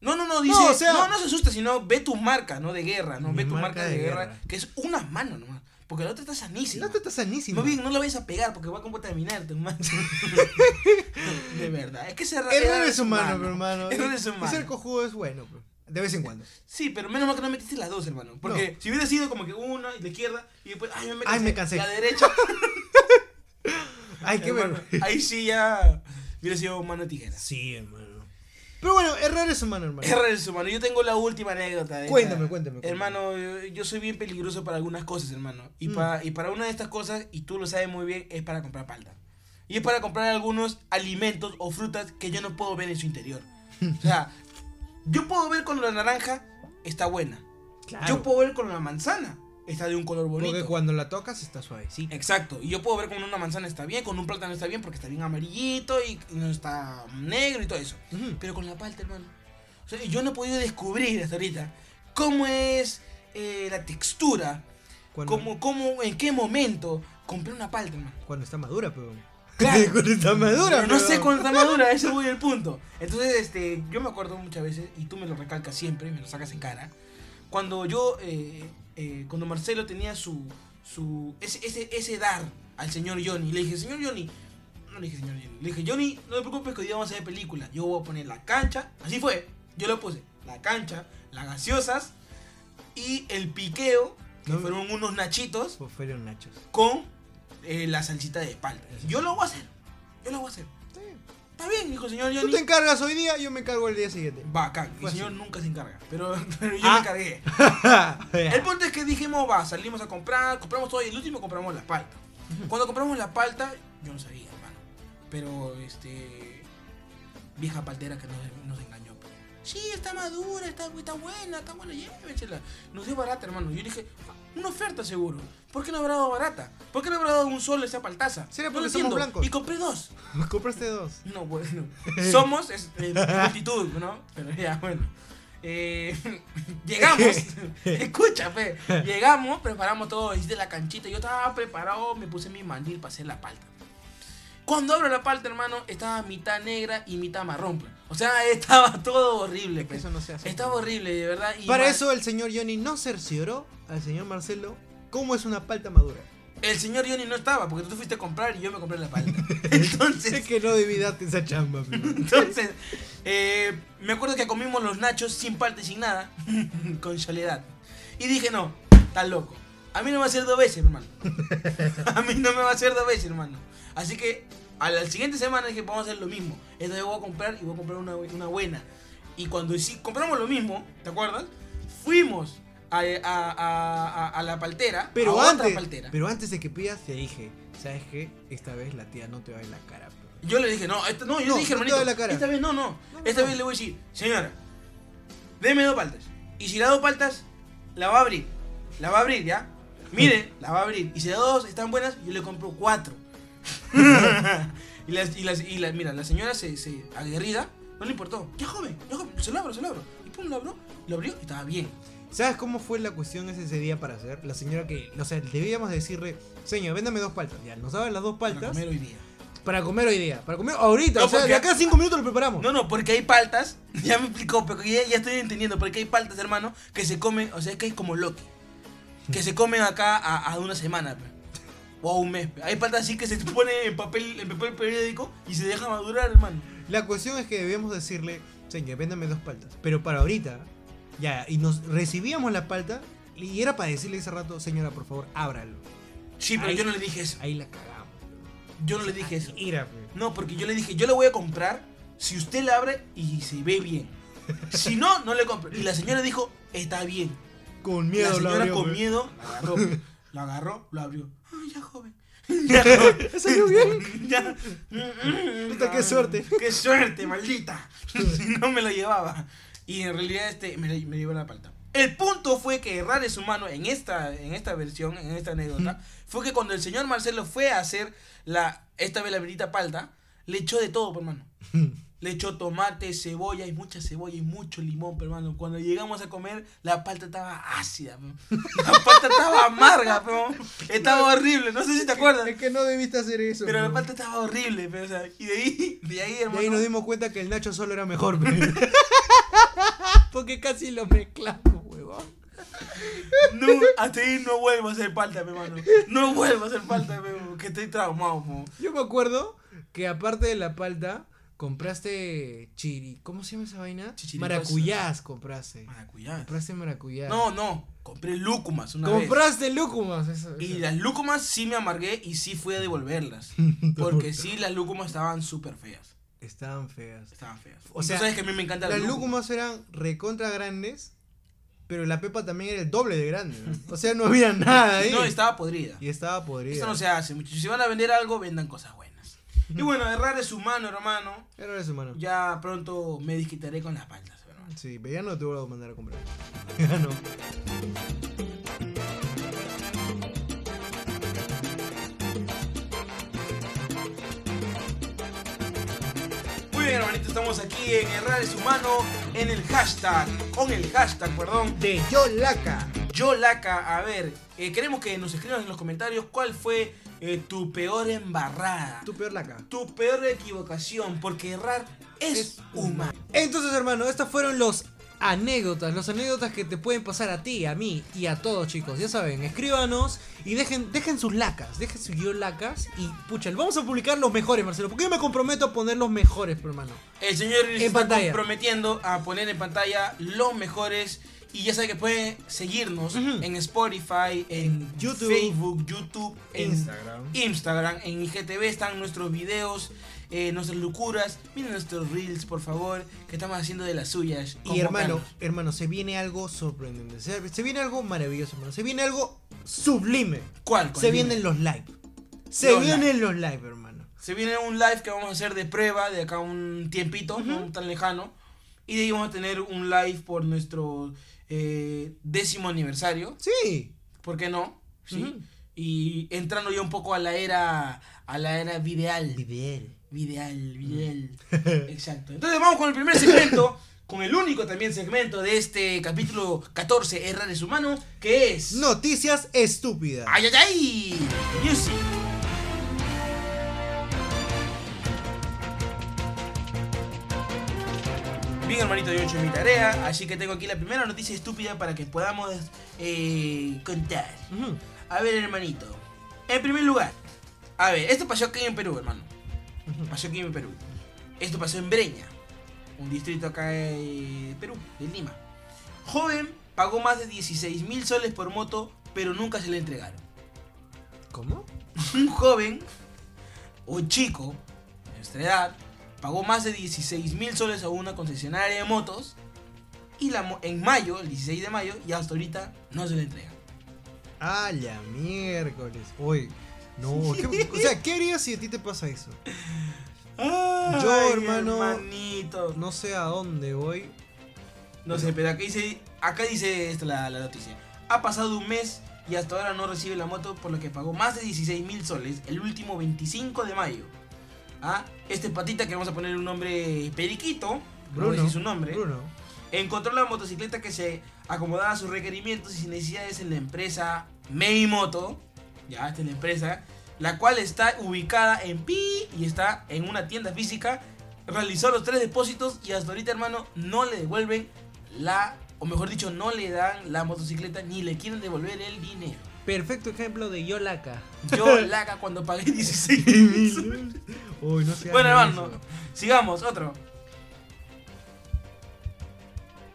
No, no, no, dice. No, No, o sea- no, se asusta, sino ve tu marca, no de guerra, no Mi ve tu marca, marca de, de guerra, guerra. Que es una mano nomás. Porque la otra está Si sanísima. no te estás sanísimo. Más bien, no la vayas a pegar porque va a contaminar tu mano. de verdad. Es que se Error es humano, pero, hermano. Error es humano. Y Ser cojudo es bueno, pero, de vez en cuando. Sí, pero menos mal que no metiste las dos, hermano. Porque si hubiera sido como que una y la izquierda y después, ay, me cansé. Ay, me cansé. La derecha. Ay, qué hermano, vergüenza. Ahí sí ya hubiera sido mano de tijera. Sí, hermano. Pero bueno, error es humano, hermano. Error es humano. Yo tengo la última anécdota. de Cuéntame, cuéntame, cuéntame. Hermano, yo, yo soy bien peligroso para algunas cosas, hermano. Y, Mm. pa- y para una de estas cosas, y tú lo sabes muy bien, es para comprar palta. Y es para comprar algunos alimentos o frutas que yo no puedo ver en su interior. O sea, yo puedo ver con la naranja, está buena. Claro. Yo puedo ver con la manzana, está de un color bonito. Porque cuando la tocas está suavecita. Exacto, y yo puedo ver con una manzana está bien, con un plátano está bien porque está bien amarillito y y no está negro y todo eso. Ujú. Pero con la palta, hermano. O sea, yo no he podido descubrir hasta ahorita cómo es eh, la textura, Cuando, cómo, cómo, en qué momento compré una palta, hermano. cuando está madura, pero. Claro. cuando está madura, Pero no pero- sé cuándo está madura, ese voy el punto. Entonces, este, yo me acuerdo muchas veces, y tú me lo recalcas siempre, me lo sacas en cara, cuando yo, eh, eh, cuando Marcelo tenía su, su, ese, ese, ese dar al señor Johnny, le dije, señor Johnny, no le dije señor Johnny, le dije, Johnny, no te preocupes que hoy día vamos a hacer película, yo voy a poner la cancha, así fue, yo lo puse, la cancha, las gaseosas y el piqueo, que No me- fueron unos nachitos Pues fueron nachos. con eh, la salsita de palta. Yo lo voy a hacer. Yo lo voy a hacer. Está bien, dijo el señor Tú Johnny. te encargas hoy día, yo me encargo el día siguiente. Bacán. El Fue señor así. nunca se encarga. Pero, pero yo Pues Ah. me encargué. El punto es que dijimos, va, salimos a comprar, compramos todo y el último compramos la palta. Cuando compramos la palta, yo no sabía, hermano. Pero, este. Vieja paltera que nos, nos engañó. pues. Sí, está madura, está, está buena, está buena, llévensela. Nos dio barata, hermano. Yo dije, "Ah, una oferta seguro. ¿Por qué no habrá dado barata? ¿Por qué no habrá dado un solo esa paltaza? ¿Será No porque lo somos entiendo. blancos? Y compré dos. Compraste dos. No, bueno. Somos es, eh, multitud, ¿no? Pero ya, bueno. Eh, llegamos. Escucha, fe. Llegamos, preparamos todo, hice la canchita. Yo estaba preparado, me puse mi mandil para hacer la palta. Cuando abro la palta, hermano, estaba mitad negra y mitad marrón. pues. O sea, estaba todo horrible. Es que pues. eso no se hace. Estaba horrible, de verdad. y Para mal. eso el señor Johnny no cercioró al señor Marcelo cómo es una palta madura. El señor Johnny no estaba, porque tú te fuiste a comprar y yo me compré la palta. Entonces. Sé que no debí darte esa chamba, pero- Entonces, eh, me acuerdo que comimos los nachos sin parte y sin nada, con soledad. Y dije, no, estás loco. A mí no me va a hacer dos veces, hermano. A mí no me va a hacer dos veces, hermano. Así que a la siguiente semana dije, vamos a hacer lo mismo. Entonces voy a comprar y voy a comprar una, bu- una buena. Y cuando hici- compramos lo mismo, ¿te acuerdas? Fuimos a, a- a- a- a la paltera, Pero a otra antes, paltera. pero antes de que pidas te dije, sabes qué? esta vez la tía no te va a ver la cara. pero- Yo le dije, no, esta- no, yo No, le dije, no te hermanito, doy la cara. esta vez no, no, No, esta no. vez le voy a decir, señora, deme dos paltas. Y si la dos paltas, la va a abrir, la va a abrir, ¿ya? Mire, la va a abrir. Y si las dos están buenas, yo le compro cuatro. y las, y las, y la, mira, la señora se, se aguerrida, no le importó. Ya joven, ya joven, se lo abro, se lo abro. Y pum, lo abrió, lo abrió y estaba bien. ¿Sabes cómo fue la cuestión ese, ese día para hacer? La señora que, o sea, debíamos decirle, señor, véndame dos paltas. Ya, nos daban las dos Para paltas para comer comer, hoy día. hoy día, para comer ahorita, No, o sea, porque- de acá a cinco minutos lo preparamos. No, no, porque hay paltas, ya me explicó, pero ya, ya estoy entendiendo, porque hay paltas, hermano, que se comen, o sea, que es como Loki, que se comen acá a, a una semana, pe, o a un mes. pe. Hay paltas así que se ponen en papel, en papel periódico y se deja madurar, hermano. La cuestión es que debíamos decirle, señor, véndame dos paltas, pero para ahorita. Ya, y nos recibíamos la palta y era para decirle ese rato, señora, por favor, ábralo. Sí, pero Ahí- yo no le dije eso, Ahí la cagamos. yo no le dije eso. Mira, pues. No, porque yo le dije, yo le voy a comprar si usted la abre y se ve bien. Si no, no le compro. Y la señora dijo, está bien. con miedo la lo señora abrió, pues. con pe. miedo la agarró, lo agarró, lo abrió. Ay, ya joven. Ya joven. Salió bien. Ya. Mm, mm, Puta, qué ay, suerte. Qué suerte, maldita. si no me lo llevaba. Y en realidad este me, lo- me llevó la palta. El punto fue que errar es humano en esta, en esta versión, en esta anécdota, fue que cuando el señor Marcelo fue a hacer la, esta veladita palta, le echó de todo, pues, hermano. Le echó tomate, cebolla y mucha cebolla y mucho limón, pero hermano. Cuando llegamos a comer, la palta estaba ácida, pe. la palta estaba amarga, pe. estaba horrible. No sé si te acuerdas. Es que no debiste hacer eso. Pero la pe. palta estaba horrible, pero, o sea, y de ahí, de ahí, Y hermano. ahí nos dimos cuenta que el Nacho solo era mejor, pe. Porque casi lo mezclamos, huevón. no, hasta ahí no vuelvo a hacer palta, mi hermano. No vuelvo a hacer palta, mi hermano, que estoy traumado, po. Yo me acuerdo que aparte de la palta, compraste chiri. ¿Cómo se llama esa vaina? Chichiricosas. Maracuyás compraste. Maracuyá. Compraste maracuyás. No, no, compré lúcumas una vez. Compraste lúcumas. Eso, Y eso. las lúcumas sí me amargué y sí fui a devolverlas. Porque sí, las lúcumas estaban súper feas. Estaban feas. Estaban feas. O O sea, sea, sabes que a mí me encanta la Las lúcuma. lúcumas eran recontra grandes, pero la pepa también era el doble de grande. ¿no? O sea, no había nada ahí. No, estaba podrida. Y estaba podrida. Eso no se hace, muchachos. Si van a vender algo, vendan cosas buenas. Y bueno, errar es humano, hermano. Errores humanos. Ya pronto me disquitaré con las paltas, hermano. Sí, pero ya no te vuelvo a mandar a comprar. Ya no. Muy bien, hermanito, estamos aquí en Errar es Humano, en el hashtag, con el hashtag, perdón, De Yolaca. Yolaca. A ver, eh, queremos que nos escriban en los comentarios cuál fue eh, tu peor embarrada, Tu tu, peor laca. peor equivocación, porque errar es, humano. Entonces, hermano, estas fueron los anécdotas, los anécdotas que te pueden pasar a ti, a mí y a todos, chicos. Ya saben, escríbanos y dejen, dejen sus lacas, dejen sus guión lacas y pucha, vamos a publicar los mejores, Marcelo, porque yo me comprometo a poner los mejores, pero, hermano. El señor se En está pantalla. comprometiendo a poner en pantalla los mejores. Y ya sabe que pueden seguirnos Ujú. en Spotify, en, En YouTube. Facebook, YouTube, en Instagram. Instagram, en IGTV están nuestros videos, eh, nuestras locuras. Miren nuestros reels, por favor, que estamos haciendo de las suyas. Y hermano, Convocanos. hermano, se viene algo sorprendente. Se, se viene algo maravilloso, hermano. Se viene algo sublime. ¿Cuál? Se vienen los live. Se Los vienen los live, hermano. Se viene un live que vamos a hacer de prueba de acá un tiempito, no tan lejano. Y de ahí vamos a tener un live por nuestro eh, décimo aniversario. Sí. ¿Por qué no? ¿Sí? Ujú. Y entrando ya un poco a la era a la era videal. Viviel. Videal, videal. Exacto. Entonces vamos con el primer segmento, con el único también segmento de este capítulo 14, Errores Humanos, que es... Noticias estúpidas. ¡Ay, ay, ay! Music. Bien, hermanito, yo he hecho mi tarea, así que tengo aquí la primera noticia estúpida para que podamos eh, contar. Ujú. A ver, hermanito. En primer lugar, a ver, esto pasó aquí en Perú, hermano. Ujú. Pasó aquí en Perú. Esto pasó en Breña, un distrito acá de Perú, de Lima. Joven pagó más de 16 mil soles por moto, pero nunca se le entregaron. ¿Cómo? Un joven, un chico, de nuestra edad, pagó más de 16 mil soles a una concesionaria de motos. Y la, mo- en mayo, el 16 de mayo, y hasta ahorita no se le entrega. A la Ah, miércoles. Uy. No, ¿qué- o sea, ¿qué harías si a ti te pasa eso? Ay, hermanito. No sé a dónde voy. No sé, pero acá dice, acá dice esta la, la noticia. Ha pasado un mes y hasta ahora no recibe la moto por lo que pagó más de 16 mil soles el último 25 de mayo. Ah, este patita que vamos a poner un nombre periquito, no voy a Bruno. decir su nombre, Bruno. encontró la motocicleta que se acomodaba a sus requerimientos y necesidades en la empresa Meimoto. Ya, esta es la empresa, la cual está ubicada en Pi y está en una tienda física. Realizó los tres depósitos y hasta ahorita, hermano, no le devuelven la, o mejor dicho, no le dan la motocicleta ni le quieren devolver el dinero. Perfecto ejemplo de Yolaca. Yo laga cuando pagué 16 Uy, no sé. Bueno, hermano, sigamos, otro.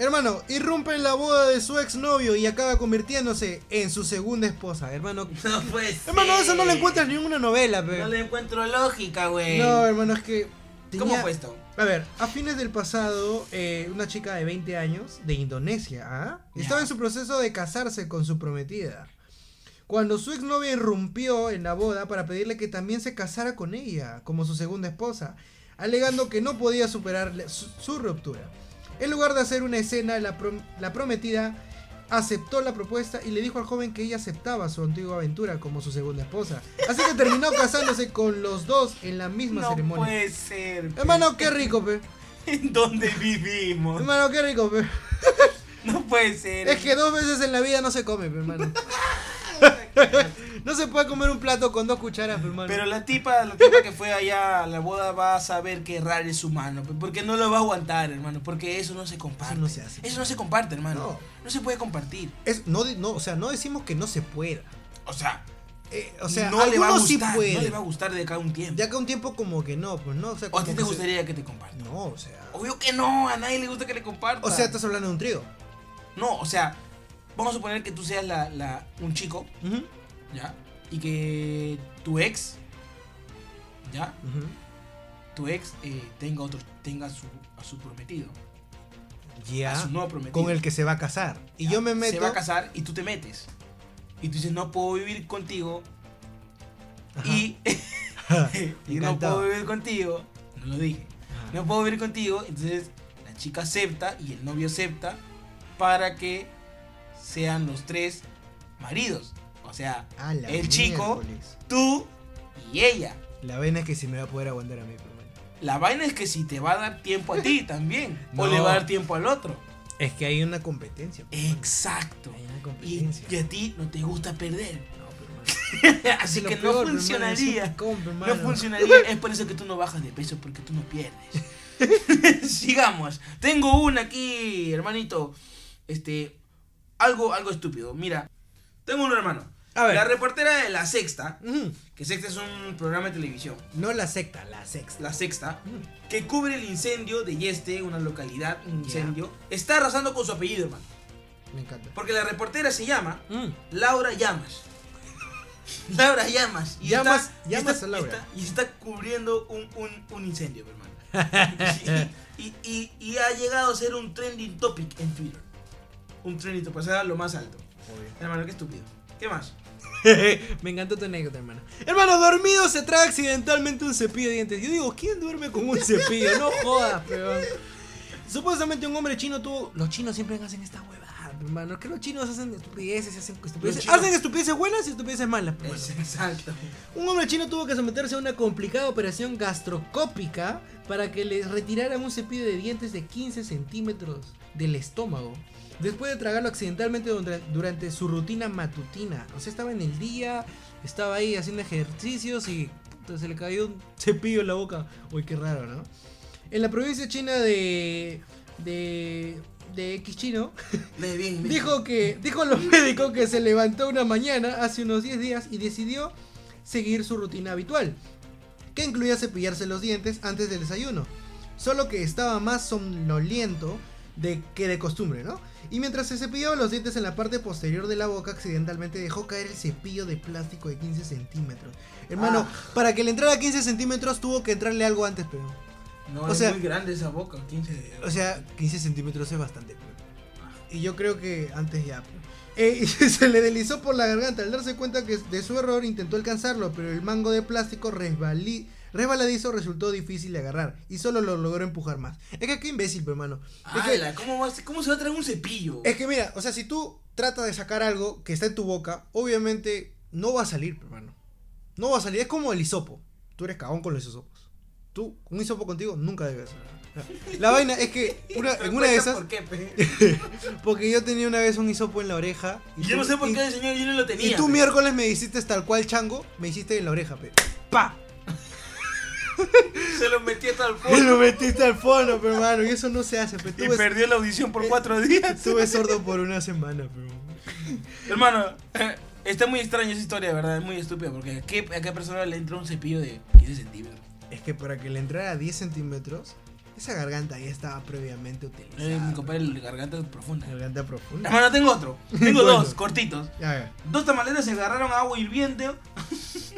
Hermano, irrumpe en la boda de su exnovio y acaba convirtiéndose en su segunda esposa. Hermano, No pues. hermano, eso no lo encuentras en ninguna novela, pe. No le encuentro lógica, güey. No, hermano, es que. ¿Cómo tenía- fue esto? A ver, a fines del pasado, eh, una chica de 20 años de Indonesia ¿ah? Ya. estaba en su proceso de casarse con su prometida. Cuando su exnovia irrumpió en la boda para pedirle que también se casara con ella, como su segunda esposa, alegando que no podía superar la- su, su ruptura. En lugar de hacer una escena, la, prom- la prometida aceptó la propuesta y le dijo al joven que ella aceptaba su antigua aventura como su segunda esposa. Así que terminó casándose con los dos en la misma No ceremonia. puede ser. pe. Hermano, qué rico, pe. ¿En dónde vivimos? Hermano, qué rico, pe. No puede ser. Es que dos veces en la vida no se come, pe, hermano. No se puede comer un plato con dos cucharas, pe, hermano. Pero la tipa, la tipa que fue allá a la boda va a saber que errar es humano. pe, Porque no lo va a aguantar, hermano. Porque eso no se comparte. Eso no se hace. Eso no se comparte, hermano. No, No. se puede compartir. Es- no, de- no, o sea, no decimos que no se pueda. O sea, Eh, o sea, no le va a algunos sí gustar. no le pueden. va a gustar de acá un tiempo. De acá a un tiempo como que no, pues no. O, sea, ¿O a como ti que te se- gustaría que te compartan? No, o sea. Obvio que no, a nadie le gusta que le compartan. O sea, estás hablando de un trío. No, o sea, vamos a suponer que tú seas la, la, un chico, Ujú, ¿ya? Y que tu ex, ¿ya? ujú. tu ex eh, tenga otro tenga a su, a su prometido, Ya. a su nuevo prometido. Con el que se va a casar. Y ¿ya? yo me meto. Se va a casar y tú te metes. Y tú dices, no puedo vivir contigo. Ajá. Y, Ajá. y no Encantado. puedo vivir contigo. No lo dije. Ajá. No puedo vivir contigo. Entonces la chica acepta y el novio acepta para que sean los tres maridos. O sea, A la El chico. miércoles. tú y ella. La vena es que si me va a poder aguantar a mí, pero bueno. La vaina es que si te va a dar tiempo a ti también. O No. le va a dar tiempo al otro. Es que hay una competencia. pues, mano. Exacto. Hay una Y, competencia. y a ti no te gusta perder. No, pero, mano, Así es lo que no peor, pero, funcionaría. mano, es un combo, No mano. funcionaría, es por eso que tú no bajas de peso, porque tú no pierdes. Sigamos. Tengo una aquí, hermanito. Este, algo, algo estúpido. Mira, tengo un hermano. A ver. La reportera de La Sexta, Ujú. que Sexta es un programa de televisión, No la secta, la sexta. Mm. La Sexta, Ujú. que cubre el incendio de Yeste, una localidad, un incendio, está arrasando con su apellido, hermano. Me encanta. Porque la reportera se llama Mm. Laura Llamas. Laura Llamas. Llamas- y llamas a Laura. está- y está cubriendo un, un- un incendio, mi hermano. y, y- y- y ha llegado a ser un trending topic en Twitter. Un trending topic, o sea, lo más alto. Hermano, qué estúpido. ¿Qué más? Me encantó tu anécdota, hermano. Hermano, dormido se trae accidentalmente un cepillo de dientes. Yo digo, ¿quién duerme con un cepillo? No jodas, peón. Supuestamente un hombre chino tuvo. Los chinos siempre hacen esta huevada, hermano. Que los chinos hacen estupideces, hacen estupideces. Los chinos- Hacen estupideces buenas y estupideces malas, hermano. Es- exacto. Un hombre chino tuvo que someterse a una complicada operación gastrocópica para que le retiraran un cepillo de dientes de 15 centímetros del estómago. Después de tragarlo accidentalmente dura- durante su rutina matutina. O sea, estaba en el día, estaba ahí haciendo ejercicios y puta, se le cayó un cepillo en la boca. Uy, qué raro, ¿no? En la provincia china de. de. de X chino. Bien, bien, bien. Dijo que, dijo a los médicos que se levantó una mañana hace unos 10 días y decidió seguir su rutina habitual, que incluía cepillarse los dientes antes del desayuno, solo que estaba más somnoliento de, que de costumbre, ¿no? Y mientras se cepillaba los dientes en la parte posterior de la boca, accidentalmente dejó caer el cepillo de plástico de 15 centímetros. Hermano, para que le entrara 15 centímetros tuvo que entrarle algo antes, pero... No, o es sea- muy grande esa boca. 15 O sea, 15 centímetros es bastante. pero- Y yo creo que antes ya. pero- Eh, y se le deslizó por la garganta. Al darse cuenta que de su error intentó alcanzarlo, pero el mango de plástico resbalí- resbaladizo resultó difícil de agarrar. Y solo lo logró empujar más. Es que qué imbécil, pero, hermano. Es que, Ala, ¿cómo, vas- ¿Cómo se va a traer un cepillo? es que mira, o sea, si tú tratas de sacar algo que está en tu boca, obviamente no va a salir, pero, hermano. No va a salir. Es como el hisopo. Tú eres cagón con los hisopos. Tú, un hisopo contigo nunca debes. La vaina es que una- Pero en una de cuenta esas. ¿Por qué, pe. Porque yo tenía una vez un hisopo en la oreja. Y yo no sé por qué el señor yo no lo y- tenía. y tú pe. miércoles me hiciste tal cual chango, me hiciste en la oreja, pe. ¡Pa! Se lo metí hasta el Me fondo lo metiste al fondo, pero hermano, y eso no se hace, pe. y Tuve, perdió la audición por cuatro días. estuve sordo por una semana, pero. Hermano, eh, está muy extraña esa historia, de ¿verdad? Es muy estúpida porque ¿a qué, a qué persona le entra un cepillo de 15 centímetros? Es que para que le entrara 10 centímetros, esa garganta ya estaba previamente utilizada. Eh, mi compadre, la garganta es profunda. Garganta profunda. Hermano, tengo otro. Tengo Bueno. dos, cortitos. Ya, ya. Dos tamaleros se agarraron a agua hirviendo.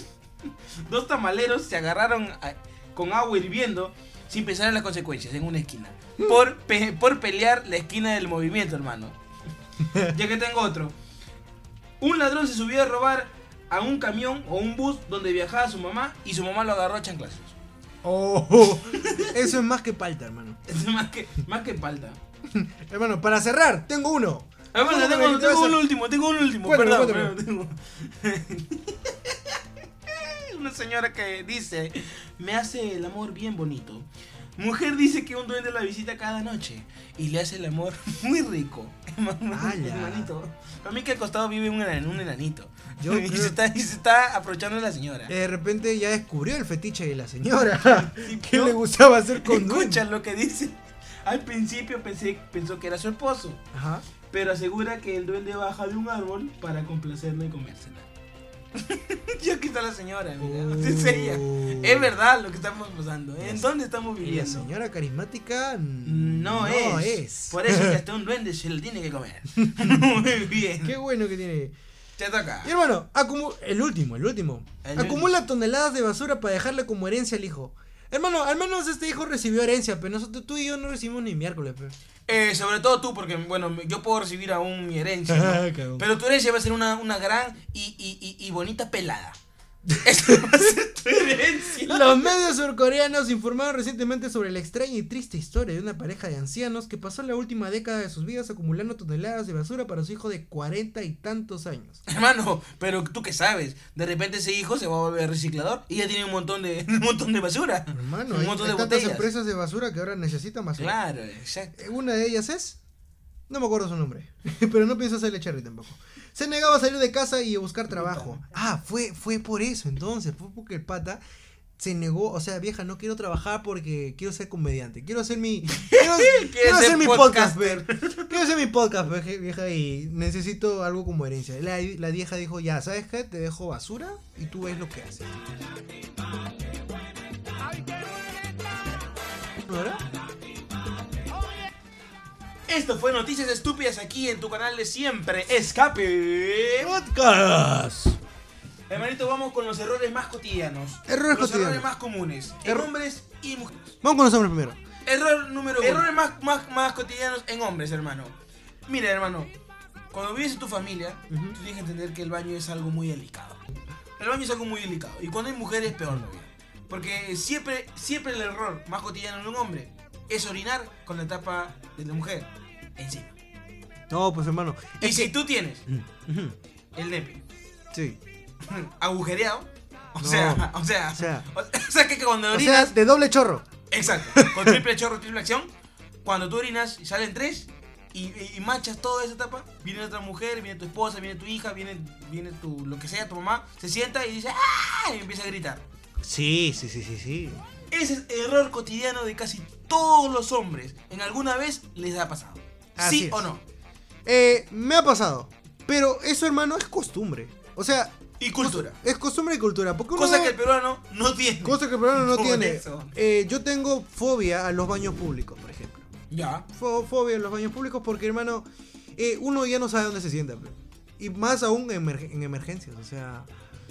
dos tamaleros se agarraron a- con agua hirviendo sin pensar en las consecuencias en una esquina. Por, pe- por pelear la esquina del movimiento, hermano. ya que tengo otro. Un ladrón se subió a robar a un camión o un bus donde viajaba su mamá y su mamá lo agarró a chanclazos. Oh, eso es más que palta, hermano. Es más que, más que palta. Hermano, para cerrar, tengo uno. Ah, bueno, Bueno, tengo, bueno, tengo entonces- un último, tengo un último, Cuéntame, perdón. cuéntame. perdón, tengo- Una señora que dice, me hace el amor bien bonito. Mujer dice que un duende la visita cada noche y le hace el amor muy rico. Ala. Hermanito, a mí que al costado vive un, enan- un enanito. Yo y, creo- Eh, se está, y se está aprovechando de la señora. De repente ya descubrió el fetiche de la señora. Sí, ¿Qué ¿no? le gustaba hacer con Escucha lo que dice. Al principio pensé, pensó que era su esposo. Ajá. pero asegura que el duende baja de un árbol para complacerla y comérsela. Uh. y aquí está la señora, mira. Es ella. Es verdad lo que estamos pasando. ¿eh? ¿En Yes. dónde estamos Uh, Y la viviendo? señora carismática mm, No, es. Por eso que hasta un duende se lo tiene que comer. Muy bien. Qué bueno que tiene. Te toca. Y hermano, acumu- el último, el último. El Acumula toneladas de basura para dejarle como herencia al hijo. Hermano, al menos este hijo recibió herencia, pero nosotros tú y yo no recibimos ni miércoles, pe. Eh, sobre todo tú, porque bueno, yo puedo recibir aún mi herencia. ¿no? Ah, cagón. Pero tu herencia va a ser una, una gran y, y- y- y bonita pelada. Esa va a ser tu herencia. La Los medios surcoreanos informaron recientemente sobre la extraña y triste historia de una pareja de ancianos que pasó la última década de sus vidas acumulando toneladas de basura para su hijo de cuarenta y tantos años. Hermano, pero tú qué sabes, de repente ese hijo se va a volver reciclador y ya tiene un montón de un montón de basura. Hermano, un hay, montón hay de tantas botellas. empresas de basura que ahora necesitan basura. Claro, exacto. Eh, Una de ellas es. No me acuerdo su nombre. Pero no pienso hacerle Cherry tampoco. Se negaba a salir de casa y a buscar trabajo. Ah, fue, fue por eso entonces. Fue porque el pata se negó. O sea, vieja, no quiero trabajar porque quiero ser comediante. Quiero hacer mi. Quiero, quiero hacer ser mi podcast, ver. Quiero hacer mi podcast, veje- vieja. Y necesito algo como herencia. La, la vieja dijo: Ya, ¿sabes qué? Te dejo basura y tú ves lo que haces. ¿Ahora? Esto fue Noticias Estúpidas aquí en tu canal de siempre, Escape. Podcast. Hermanito, vamos con los errores más cotidianos. los Errores cotidianos. errores más comunes. En Erro- hombres y mujeres. Vamos con los hombres primero. Error número uno. Errores más, más, más cotidianos en hombres, hermano. Mira, hermano. Cuando vives en tu familia, Ujú. tú tienes que entender que el baño es algo muy delicado. El baño es algo muy delicado. Y cuando hay mujeres, peor todavía. Porque siempre, siempre el error más cotidiano en un hombre es orinar con la tapa de la mujer encima. No, pues hermano. Y Es si que- tú tienes Ujú, el nepe Sí. agujereado, o, No. sea, o sea, O sea. o sea que cuando O sea, orinas, de doble chorro. exacto, con triple chorro, triple acción, cuando tú orinas y salen tres y, y- y manchas toda esa etapa, viene otra mujer, viene tu esposa, viene tu hija, viene, viene tu, lo que sea, tu mamá, se sienta y dice, ¡ah! Y empieza a gritar. Sí, sí, sí, sí, sí. Ese es el error cotidiano de casi todos los hombres. En alguna vez les ha pasado. Así ¿Sí es. o no? Eh, me ha pasado. Pero eso, hermano, es costumbre. O sea, Y cultura. es costumbre y cultura. Porque uno Cosa ve- que el peruano no tiene. cosa que el peruano no Por tiene. eso. Eh, yo tengo fobia a los baños públicos, por ejemplo. Ya. Fo- fobia a los baños públicos porque, hermano, eh, uno ya no sabe dónde se sienta. pe. Y más aún en, emergen- en emergencias. O sea.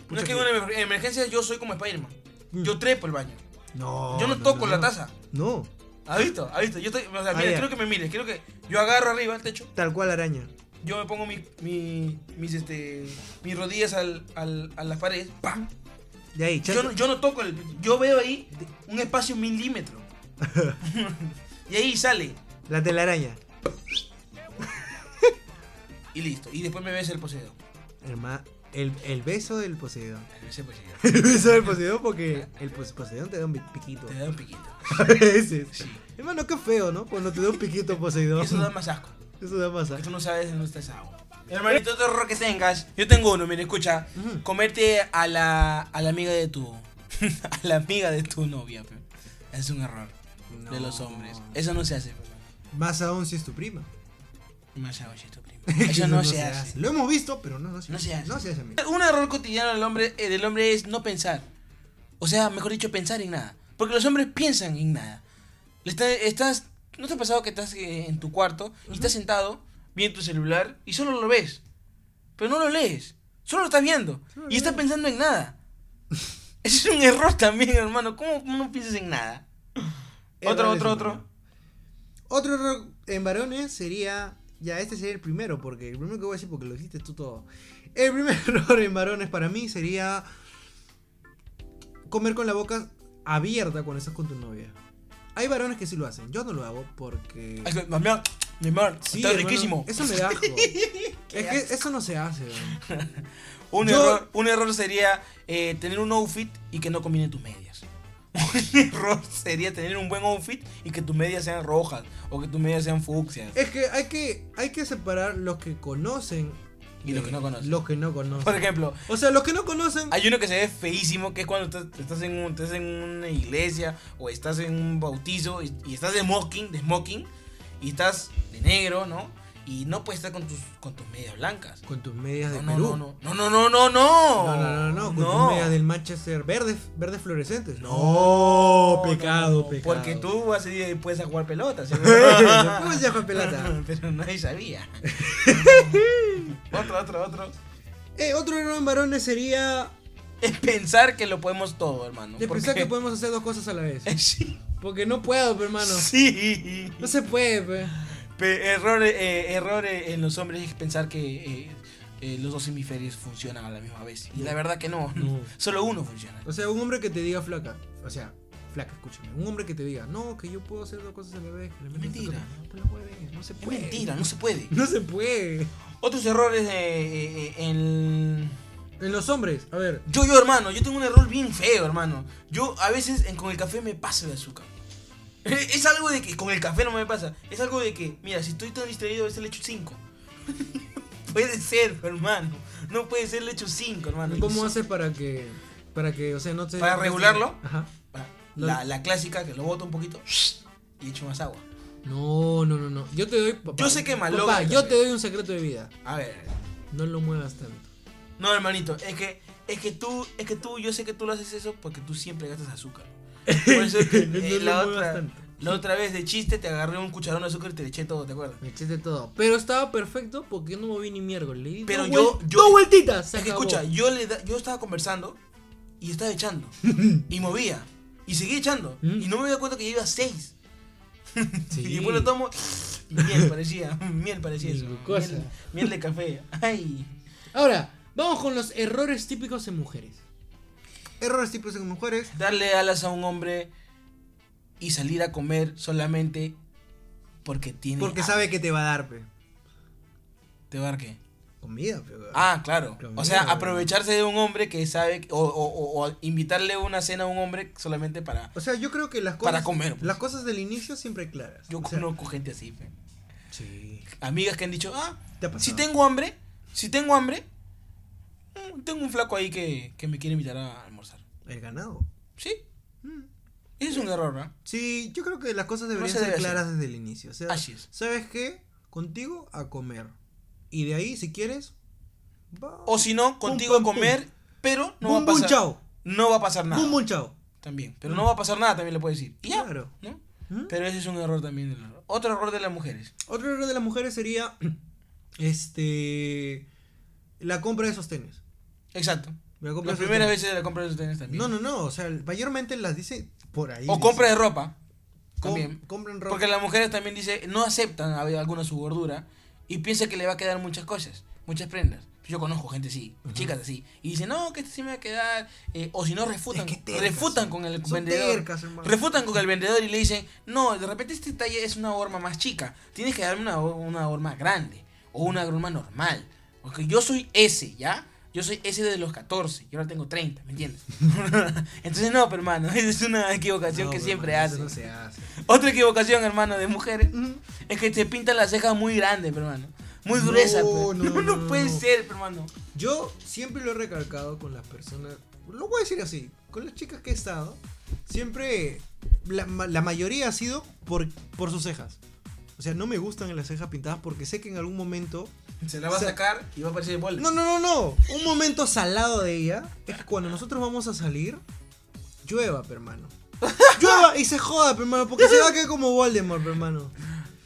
No es pucha que en que- una emer- emergencia yo soy como Spider-Man. Mm. Yo trepo el baño. No, yo no toco la no. taza. No, ¿Has visto? ¿Has visto? Yo estoy, o sea, Ah, mira, ya. quiero que me mires. Quiero que yo agarro arriba el techo. tal cual araña. Yo me pongo mi, mi- mis, este, mis rodillas al, al- a las paredes. ¡pam! De ahí, Yo, no, yo no toco el. Yo veo ahí un espacio milímetro. y ahí sale. La telaraña. Y listo. Y después me ves el poseedor. Herma- el, el beso del Poseidón. Me besa el poseedor. El beso del Poseidón porque el pos- Poseidón te da un pi- piquito. Te da un piquito. pues, A veces. Sí. Hermano, qué feo, ¿no? Cuando te da un piquito Y Poseidón. eso da más asco. Eso da más Porque tú asco. no sabes de dónde está esa agua. Hermanito, otro error que tengas. Yo tengo uno, mira, escucha. Ujú. Comerte a la, a la amiga de tu. a la amiga de tu novia, pe. Es un error de los hombres. Eso no se hace, pe. Más aún si es tu prima. Más aún si es tu primo. Que Eso no, se, hace. Lo hemos visto, pero no, no, se, No se hace. No se hace, amigo. Un error cotidiano del hombre, eh, del hombre es no pensar. O sea, mejor dicho, pensar en nada. Porque los hombres piensan en nada. Le está- estás, ¿No te ha pasado que estás eh, en tu cuarto y estás sentado, viendo tu celular y solo lo ves? Pero no lo lees. Solo lo estás viendo. Solo lo Y estás pensando en nada. Ese es un error también, hermano. ¿Cómo no piensas en nada? Otro, Errores otro, en otro. varón. Otro error en varones sería. Ya, este sería el primero, porque el primero que voy a decir porque lo dijiste tú todo. El primer error en varones para mí sería. Comer con la boca abierta cuando estás con tu novia. Hay varones que sí lo hacen, yo no lo hago porque. Ay, mi amor, mi amor, Sí, está hermano, riquísimo. Eso me da asco. Qué es que eso no se hace, weón. Un, Yo- error, un error sería eh, tener un outfit y que no combine tus medias. Un error sería tener un buen outfit y que tus medias sean rojas o que tus medias sean fucsias. Es que hay que, hay que separar los que conocen Y los de que no conocen. Los que no conocen. Por ejemplo, O sea, los que no conocen. hay uno que se ve feísimo que es cuando estás, estás en, un- estás en una iglesia o estás en un bautizo y, y estás de smoking, de smoking y estás de negro, ¿no? Y no puedes estar con tus, con tus medias blancas. Con tus medias de No, no, Perú. no, no, no, no, no, no, no, No, no, no, no, con tus medias del Manchester verdes, verdes fluorescentes. No, No, pecado, no, no, pecado. Porque tú vas a ir después a jugar pelota, seguro. ¿Cómo se llama pelota? Pero nadie sabía. otro, otro, otro. Eh, otro error en varones sería Es pensar que lo podemos todo, hermano. de porque- pensar que podemos hacer dos cosas a la vez. sí. Porque no puedo, pe, hermano. Eh. Sí. No se puede, pe. Pe- error, eh, error eh, en los hombres es pensar que eh, eh, los dos hemisferios funcionan a la misma vez. Y la verdad que no. No. Solo uno funciona. O sea, un hombre que te diga flaca. O sea, flaca, escúchame. Un hombre que te diga, no, que yo puedo hacer dos cosas a la vez. que la Es mente- mentira. Pues la hueves, no se Es puede. mentira, no se puede. No se puede. Otros errores eh, eh, eh, en... En los hombres, a ver. Yo, yo, hermano, yo tengo un error bien feo, hermano. Yo a veces en- con el café me paso de azúcar. Eh, Es algo de que con el café no me pasa. Es algo de que, mira, si estoy tan distraído, a veces le echo 5. puede ser, hermano. No puede ser, le echo 5, hermano. ¿Cómo haces para que. Para que, o sea, no te. ¿Para regularlo? Ajá. La, la clásica, que lo boto un poquito y echo más agua. No, no, no, no. Yo te doy. papá, Yo sé que malogra Papá, el yo café. te doy un secreto de vida. A ver. No lo muevas tanto. No, hermanito, es que, es que tú, es que tú, yo sé que tú lo haces eso porque tú siempre gastas azúcar. Por eso es que, eh, No lo la, muevas otra, tanto. la otra vez de chiste te agarré un cucharón de azúcar y te le eché todo, ¿te acuerdas? Me eché de todo. Pero estaba perfecto porque yo no moví ni miércoles. Le di Pero dos yo- vuel- yo- Dos vueltitas. se Es que acabó. escucha, yo le da- yo estaba conversando y estaba echando y movía y seguía echando Mm. y no me di cuenta que ya iba a seis. Sí. Y después lo tomo y miel parecía, miel parecía Y eso. glucosa. Miel, miel de café. Ay. Ahora, vamos con los errores típicos en mujeres. Errores típicos en mujeres. Darle alas a un hombre y salir a comer solamente porque tiene Porque hambre. sabe que te va a dar, pe. te va a dar qué. Comida, pe. weón. Ah, claro. Comida, O sea, weón. aprovecharse de un hombre que sabe o, o- o- o invitarle una cena a un hombre solamente para O sea, yo creo que las cosas. para comer. pues. Las cosas del inicio siempre claras. Yo O sea, conozco gente así, fe. Sí. amigas que han dicho, ah, ¿Te ha pasado? si tengo hambre, si tengo hambre, mm, tengo un flaco ahí que, que me quiere invitar a almorzar. El ganado. ¿Sí? Mm. Ese es un error, ¿ah? ¿verdad? Sí, yo creo que las cosas deberían se ser debe claras desde el inicio. O sea, Así es. ¿sabes qué? Contigo a comer. Y de ahí, si quieres, va. O si no, contigo pum, a comer, pero no bum, va a bum, pasar. chao. No va a pasar nada. Bum, bum, chao. También. Pero no va a pasar nada, también le puedes decir. Y ya. Claro. ¿no? ¿Mm? Pero ese es un error también. del error. Otro error de las mujeres. Otro error de las mujeres sería. Este. La compra de sostenes. Exacto. La compra Las de primeras sostenes. veces de la compra de sostenes también. No, no, no. O sea, mayormente las dice por ahí. O dice. compra de ropa. Com- También. Compran ropa. Porque las mujeres también dice no aceptan a- alguna su gordura y piensa que le va a quedar muchas cosas, muchas prendas. Yo conozco gente así, chicas así, y dicen, no, que este sí me va a quedar. eh, o si no, refutan, Es que tercas, refutan con el Son vendedor. tercas, hermano. Refutan con el vendedor y le dicen, no, de repente este talle es una horma más chica, tienes que darme una, hor- una horma grande o una horma normal. Porque yo soy ese, ¿ya? Yo soy ese desde los 14 y ahora tengo 30, ¿me entiendes? Entonces no, pero hermano, esa es una equivocación No, que pero, siempre hermano, hacen. eso no se hace. Otra equivocación, hermano, de mujeres Ujú. es que te pintan las cejas muy grandes, pero, hermano. Muy No, gruesas, no, pero. No, no, no, no, puede no. ser, pero, hermano. Yo siempre lo he recalcado con las personas, lo voy a decir así, con las chicas que he estado, siempre la, ma- la mayoría ha sido por, por sus cejas. O sea, no me gustan las cejas pintadas porque sé que en algún momento... Se la va O sea, a sacar y va a aparecer bola. No, no, no, no. Un momento salado de ella es que cuando nosotros vamos a salir, llueva, hermano. Llueva y se joda, hermano, porque se va a quedar como Voldemort, hermano.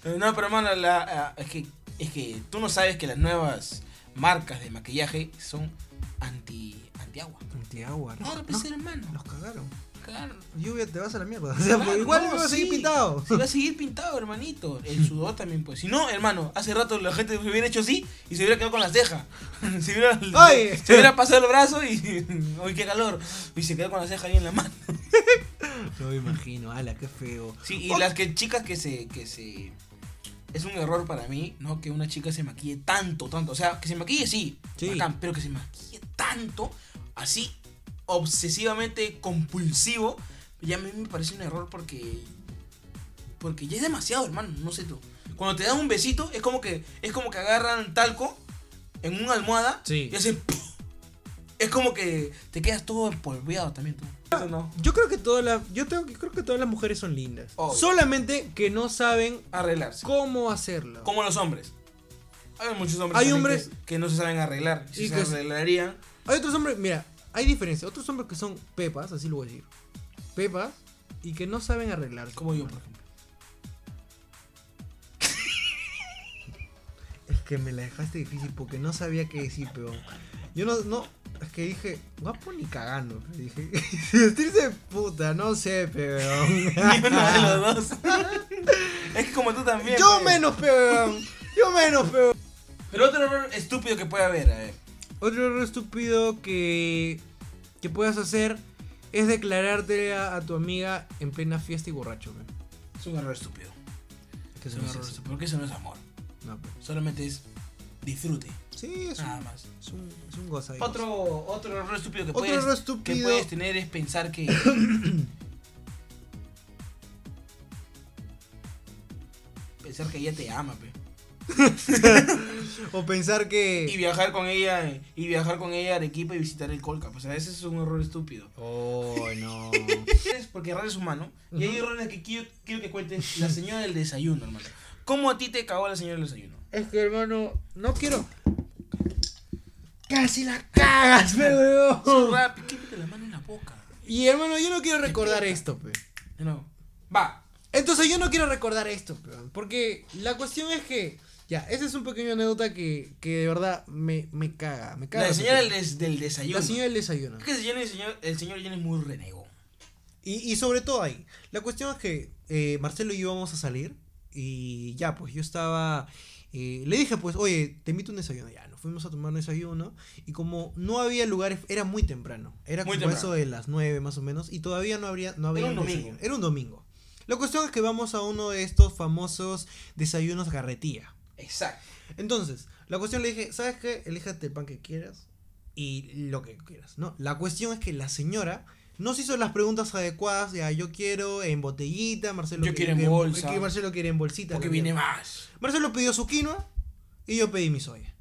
Eh, No, pero, hermano, la- ah, es, que, es que tú no sabes que las nuevas marcas de maquillaje son anti, anti agua. Antiagua, ¿no? Claro, No, pues, hermano. Los cagaron. Claro. Lluvia, te vas a la mierda. O sea, Claro, igual no, me vas a seguir sí. pintado. Se va a seguir pintado, hermanito. El sudor también, pues. Si no, hermano, hace rato la gente se hubiera hecho así y se hubiera quedado con las cejas. Se hubiera, Oye. se hubiera pasado el brazo y. ¡Uy, qué calor! Y se quedó con las cejas ahí en la mano. No me imagino, ala, qué feo. Sí, y las que chicas que se. que se. Es un error para mí, ¿no? Que una chica se maquille tanto, tanto. O sea, que se maquille sí. Sí. bacán, pero que se maquille tanto, así, obsesivamente compulsivo, ya a mí me parece un error porque. Porque ya es demasiado, hermano, no sé tú. Cuando te dan un besito, es como que. Es como que agarran talco en una almohada Sí. y hacen. Es como que te quedas todo empolveado también tú. Eso no. Yo creo que todas las. Yo tengo, yo creo que todas las mujeres son lindas. Obvio. Solamente que no saben Arreglarse. cómo hacerlo. Como los hombres. Hay muchos hombres, Hay también hombres- que, que no se saben arreglar. Si Y se que- arreglarían. Hay otros hombres, mira, hay diferencia. Otros hombres que son pepas, así lo voy a decir. Pepas y que no saben arreglar. Como yo, por ejemplo. Es que me la dejaste difícil porque no sabía qué decir, peón. Yo no, no, es que dije, guapo ni cagando. pe. Dije, vestirse de puta, no sé, peón. Ni uno de los dos. es que como tú también. Yo pues. menos, peón. Yo menos, peón. Pero otro error estúpido que puede haber, a ver. Otro error estúpido que, que puedas hacer es declararte a, a tu amiga en plena fiesta y borracho, men. Es un error estúpido. Que Es eso un no es error así. estúpido. Porque eso no es amor. No, pues. pe. Solamente es disfrute. Sí, es Nada un, más. es un, es un goza. Ah. Otro, otro error estúpido que Otro puedes, error que estúpido. puedes tener es pensar que. pensar que ella te ama, pe. O pensar Y que. viajar con ella, eh, y viajar con ella a Arequipa y visitar el Colca. O sea, ese es un error estúpido. Oh, no. Es porque errar es humano. Y hay errores que quiero, quiero que cuentes. La señora del desayuno, hermano. ¿Cómo a ti te cagó la señora del desayuno? es que, hermano, no quiero. Casi la cagas, pe, weón. Su rap, quítate la mano en la boca. Y, hermano, yo no quiero recordar esto, pe. De nuevo. Va. Entonces yo no quiero recordar esto, peón, porque la cuestión es que, ya, esa es un pequeño anécdota que, que de verdad me, me caga, me caga. La señora del, peón. des- del desayuno. pues. La señora del desayuno. Es que el señor, el señor, el señor Jen es muy renegón. Y, y sobre todo ahí, la cuestión es que eh, Marcelo y yo íbamos a salir y ya, pues yo estaba... eh, le dije, pues, oye, te invito a un desayuno. Ya, nos fuimos a tomar un desayuno. Y como no había lugares, era muy temprano. Era Muy como temprano. eso de las 9 más o menos. Y todavía no, habría, no había Era un domingo. desayuno. Era un domingo. La cuestión es que vamos a uno de estos famosos desayunos garretía. Exacto. Entonces, la cuestión le dije, ¿sabes qué? Elíjate el pan que quieras y lo que quieras, ¿no? La cuestión es que la señora nos hizo las preguntas adecuadas de, ah, yo quiero en botellita, Marcelo... Yo que- quiero en que- bolsa. que Marcelo quiere en bolsita. Porque la viene mierda. más. Marcelo pidió su quinoa y yo pedí mi soya.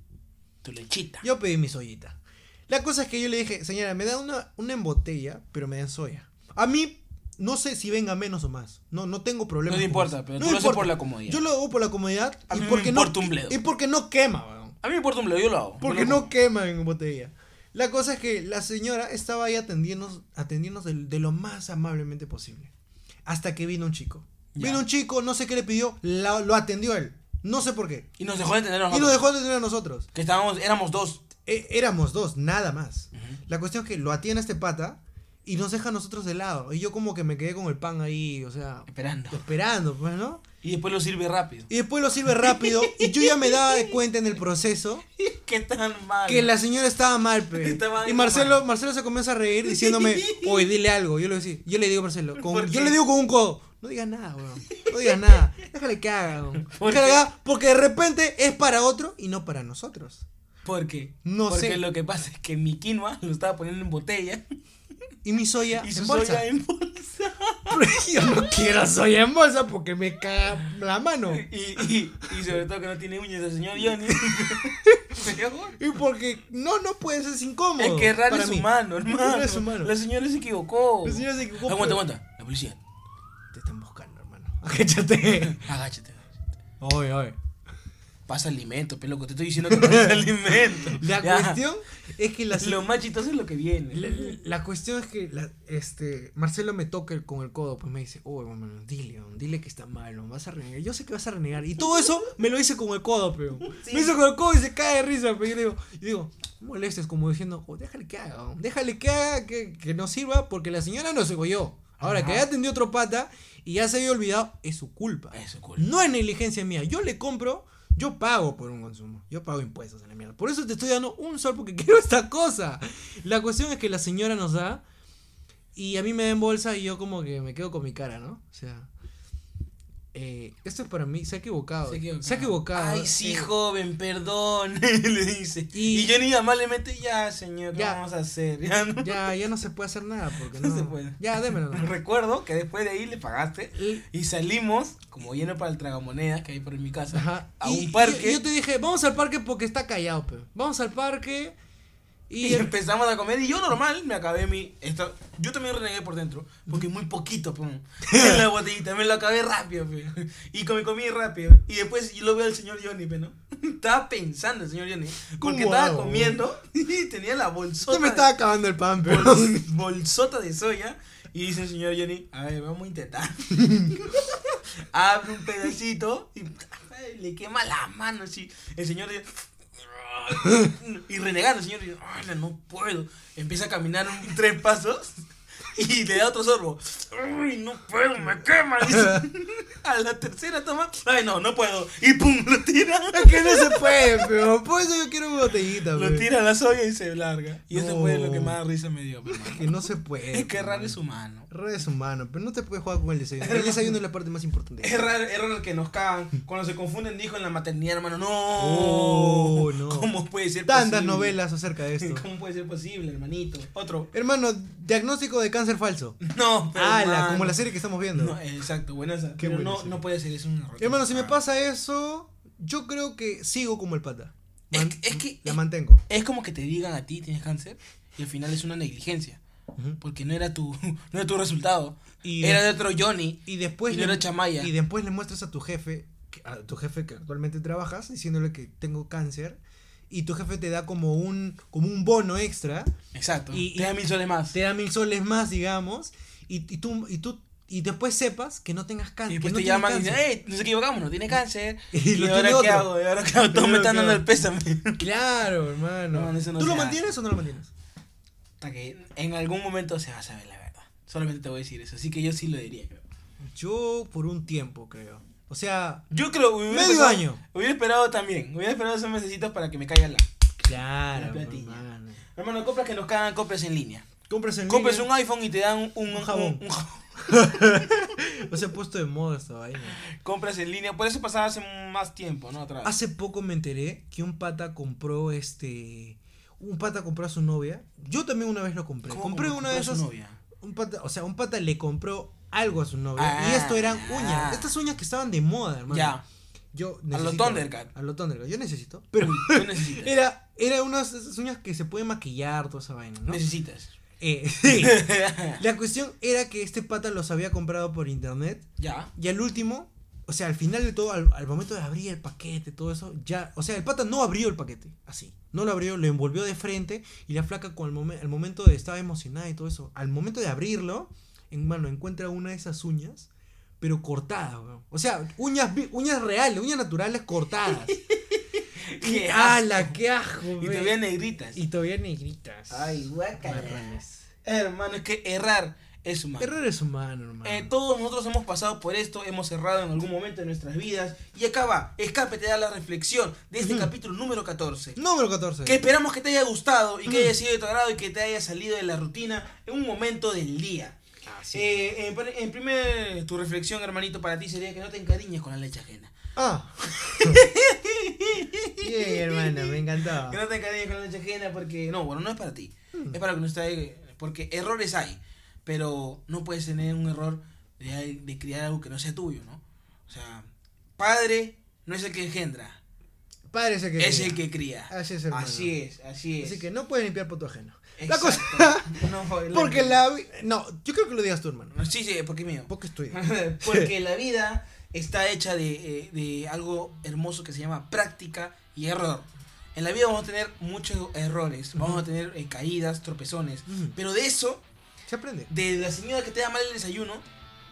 Tu lechita. Yo pedí mi soyita. La cosa es que yo le dije, señora, me da una, una en botella, pero me dan soya. A mí, no sé si venga menos o más. No, no tengo problema. no te importa, pero tú lo haces por la comodidad. Yo lo hago por la comodidad A y mí me porque, no, importa un bledo. y porque no quema, weón. A mí me importa un bledo, yo lo hago. Porque Yo lo no hago. queman en botella. La cosa es que la señora estaba ahí atendiéndonos, atendiéndonos de, de lo más amablemente posible. Hasta que vino un chico. Ya. Vino un chico, no sé qué le pidió, la- lo atendió él. No sé por qué. Y nos dejó de entender a Y nosotros. nos dejó atender a nosotros. Que estábamos, éramos dos. E- éramos dos, nada más. La cuestión es que lo atiende este pata y nos deja a nosotros de lado. Y yo como que me quedé con el pan ahí, o sea, Esperando. esperando, pues, ¿no? Y después lo sirve rápido. Y después lo sirve rápido y yo ya me daba de cuenta en el proceso Qué tan mal. que la señora estaba mal, pe. Estaba y mal. Marcelo, Marcelo se comienza a reír diciéndome, oye, dile algo. Yo le, decía, yo le digo a Marcelo, con- ¿Por yo qué? le digo con un codo, no digas nada, weón. No digas nada. Déjale que haga, weón. ¿Por Déjale qué? que haga, porque de repente es para otro y no para nosotros. ¿Por qué? No Porque sé. lo que pasa es que mi quinoa lo estaba poniendo en botella Y mi soya y su en bolsa. soya en bolsa. Pero yo no quiero soya en bolsa porque me caga la mano. Y, y, y sobre todo que no tiene uñas el señor Johnny. Peor. Y porque no, no puede ser incómodo. Es que errar para es mí. humano, hermano. Errar es humano. La señora se equivocó. El señor se equivocó, Aguanta, pero- aguanta. La policía. Te están buscando, hermano. Agáchate. Agáchate. Oye, oye. Pasa alimento, peloco. Te estoy diciendo que pasa alimento. La Ya. cuestión es que la Lo más chistoso es lo que viene. La, la cuestión es que la- este, Marcelo me toca el- con el codo, pues me dice, uy, hermano, dile, weón, dile que está mal, weón, vas a renegar. Yo sé que vas a renegar. Y todo eso me lo hice con el codo, pero. Me hizo con el codo y se cae de risa, pero yo le digo, y digo, no molestes, como diciendo, "Oh, déjale que haga, weón, déjale que haga, que, que no sirva, porque la señora no se yo. Ahora que ya atendió otro pata y ya se había olvidado, es su culpa. Es su culpa. No es negligencia mía. Yo le compro, yo pago por un consumo. Yo pago impuestos en la mierda. Por eso te estoy dando un sol porque quiero esta cosa. La cuestión es que la señora nos da y a mí me da en bolsa y yo como que me quedo con mi cara, ¿no? O sea, eh, esto es para mí, se ha equivocado. Se ha equivocado. Ay, sí, Eh, joven, perdón. le dice. Y, Y- Johnny amablemente, ya, señor, ¿qué Ya. vamos a hacer? Ya, ¿no? Ya, ya no se puede hacer nada porque No no. se puede. Ya, démelo. ¿no? Recuerdo que después de ahí le pagaste Y- y salimos, como lleno para el tragamonedas que hay por mi casa, Ajá. a Y- un parque. y Yo, yo te dije, vamos al parque porque está callado, pero. Vamos al parque y. Y empezamos a comer y yo normal me acabé mi... Esto, yo también renegué por dentro, porque muy poquito, pum. En la botellita, me lo acabé rápido, pe. Y comí, comí rápido. Y después yo lo veo al señor Johnny, pe, ¿no? Estaba pensando el señor Johnny, porque ¿Cómo estaba hago? comiendo y tenía la bolsota, Yo me de- estaba acabando el pan, pero. bol- bolsota de soya. Y dice el señor Johnny, a ver, vamos a intentar. Abre un pedacito y ay, le quema las manos. así. el señor dice, y renegando, el señor dice, "Ala, no puedo. Empieza a caminar un- tres pasos y le da otro sorbo. ¡Uy, no puedo, me quema! Dice. A la tercera toma, ¡ay, no, no puedo! Y pum, lo tira. Es que no se puede, pero por eso yo quiero una botellita, Lo pe. tira a la soya y se larga. Y eso No. fue lo que más risa me dio. pe, mano. Que no se puede. Es que pe. errar es humano. Errar es humano, pero no te puedes jugar con el desayuno. El desayuno es la parte más importante. Errar, errar el que nos cagan. Cuando se confunden, dijo en la maternidad, hermano. ¡No! Oh, no. ¿Cómo puede ser Tantas posible? novelas acerca de esto. ¿Cómo puede ser posible, hermanito? Otro. Hermano, diagnóstico de cáncer falso. No, pero. Ala, hermano. como la serie que estamos viendo. No, exacto, buena esa. Qué Pero buena no, serie. no puede ser, es un error. Ah. Hermano, si me pasa eso, yo creo que sigo como el pata. Es Man- que- es que- la es- mantengo. Es como que te digan a ti tienes cáncer y al final es una negligencia. Ujú. Porque no era tu, no era tu resultado. Y, Era de otro Johnny. y después y no era chamaya. y después le muestras a tu jefe, que- a tu jefe que actualmente trabajas, diciéndole que tengo cáncer. Y tu jefe te da como un, como un bono extra, Exacto. y- Y, te da mil soles más. te da mil soles más, digamos, y, y tú, y tú y después sepas que no tengas cáncer. y Ah, que después no pues te llaman tienes y cáncer. dicen, "Eh, hey, nos equivocamos, no tiene cáncer. Y Y, lo ahora tiene qué otro. hago, y ahora qué hago, todos me Lo están dando que el pésame. Claro, hermano. No, eso no ¿Tú se lo hace. mantienes o no lo mantienes? Hasta que en algún momento se va a saber la verdad. Solamente te voy a decir eso. Así que yo sí lo diría. creo. Yo por un tiempo, creo. O sea, Yo creo, hubiera Medio esperado- año. Hubiera esperado también. Hubiera esperado esos mesecitos para que me caiga la. claro, Una platilla. hermano. Hermano, compras que nos cagan, compras en línea. Compras en Compras línea. un iPhone y te dan un, un- jabón. un jabón. O sea, puesto de moda esta vaina. Compras en línea. Por eso pasaba hace más tiempo, ¿no? Atrás. Hace poco me enteré que un pata compró este. Un pata compró a su novia. Yo también una vez lo compré. ¿Cómo Compré compró una de su esas. novia? Un pata, o sea, un pata le compró algo a su novia. Ah. y esto eran uñas. Estas uñas que estaban de moda, hermano. Ya. Yo los necesito- Thundercat. A los Thundercat. Yo necesito. Pero Uy, ¿qué necesitas? era, era unas de esas uñas que se puede maquillar, toda esa vaina, ¿no? Necesitas. Eh, sí. La cuestión era que este pata los había comprado por internet ya. y al último, o sea, al final de todo, al, al momento de abrir el paquete, todo eso, ya, o sea, el pata no abrió el paquete, así, no lo abrió, lo envolvió de frente y la flaca con el, momen- el momento de estaba emocionada y todo eso, al momento de abrirlo, en mano encuentra una de esas uñas, pero cortada, weón. o sea, uñas, vi- uñas reales, uñas naturales cortadas. Qué ¡Hala, qué asco! Y weón! todavía negritas. y todavía negritas. Ay, guacala. Marrones. Hermano, es que errar es humano. Error es humano, hermano. Eh, todos nosotros hemos pasado por esto, hemos errado en algún momento de nuestras vidas. Y acá va, escape te da la reflexión de este Ujú. capítulo número 14. Número 14. Que esperamos que te haya gustado y que Ujú. haya sido de tu agrado y que te haya salido de la rutina en un momento del día. Así Eh, en, pr- en primer, tu reflexión, hermanito, para ti sería que no te encariñes con la leche ajena. Ah. Bien, hermano, me encantó. Que no te encariñes con la leche ajena porque, no, bueno, no es para ti. Mm. Es para que no esté, porque errores hay, pero no puedes tener un error de, de criar algo que no sea tuyo, ¿no? O sea, padre no es el que engendra, Padre es el que. es cría. el que cría. Así es, hermano. Así es, así es. Así que no puedes limpiar poto ajeno. La Exacto. cosa. No, la- Porque la. vi- No, yo creo que lo digas tú, hermano. Sí, sí, porque es mío. Porque estoy. Porque la vida está hecha de, eh, de algo hermoso que se llama práctica y error. En la vida vamos a tener muchos errores, vamos a tener eh, caídas, tropezones. Ujú. Pero de eso Se aprende. de la señora que te da mal el desayuno,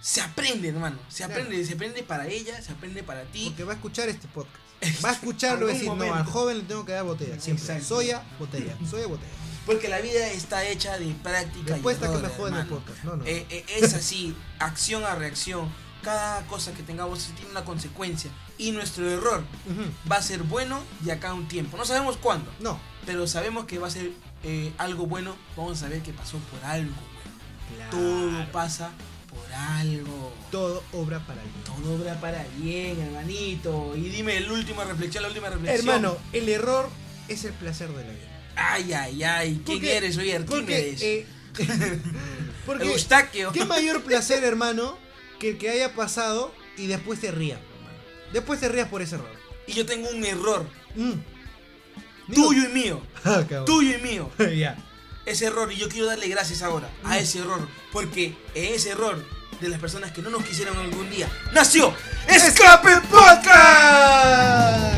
se aprende, hermano. Se Claro. aprende, se aprende para ella, se aprende para ti. Porque va a escuchar este podcast. Va a escucharlo y Algún decir, momento. no, al joven le tengo que dar botella. Siempre. Exacto. Soya, botella. Soya, botella. Porque la vida está hecha de práctica y Después está que error, me pues. joden el hermano. podcast. No, no. Eh, eh, es así, acción a reacción. Cada cosa que tengamos tiene una consecuencia. Y nuestro error Ujú. va a ser bueno de acá a un tiempo. No sabemos cuándo, No. pero sabemos que va a ser eh, algo bueno. Vamos a saber que pasó por algo. bueno. Claro. Todo pasa por algo. Todo obra para el bien. Todo obra para bien, hermanito. Y dime el último reflexión, la última reflexión. Hermano, el error es el placer de la vida. Ay, ay, ay. ¿Quién Porque- eres, oye? ¿Quién Porque, eres? eh, porque Eustaquio. qué mayor placer, hermano, que el que haya pasado y después te rías, hermano. Después te rías por ese error. Y yo tengo un error. Mm. Tuyo y mío. Ah, cabrón. Tuyo y mío. ya. Ese error. Y yo quiero darle gracias ahora a ese error. Porque ese error de las personas que no nos quisieron algún día nació. ¡Escape Podcast!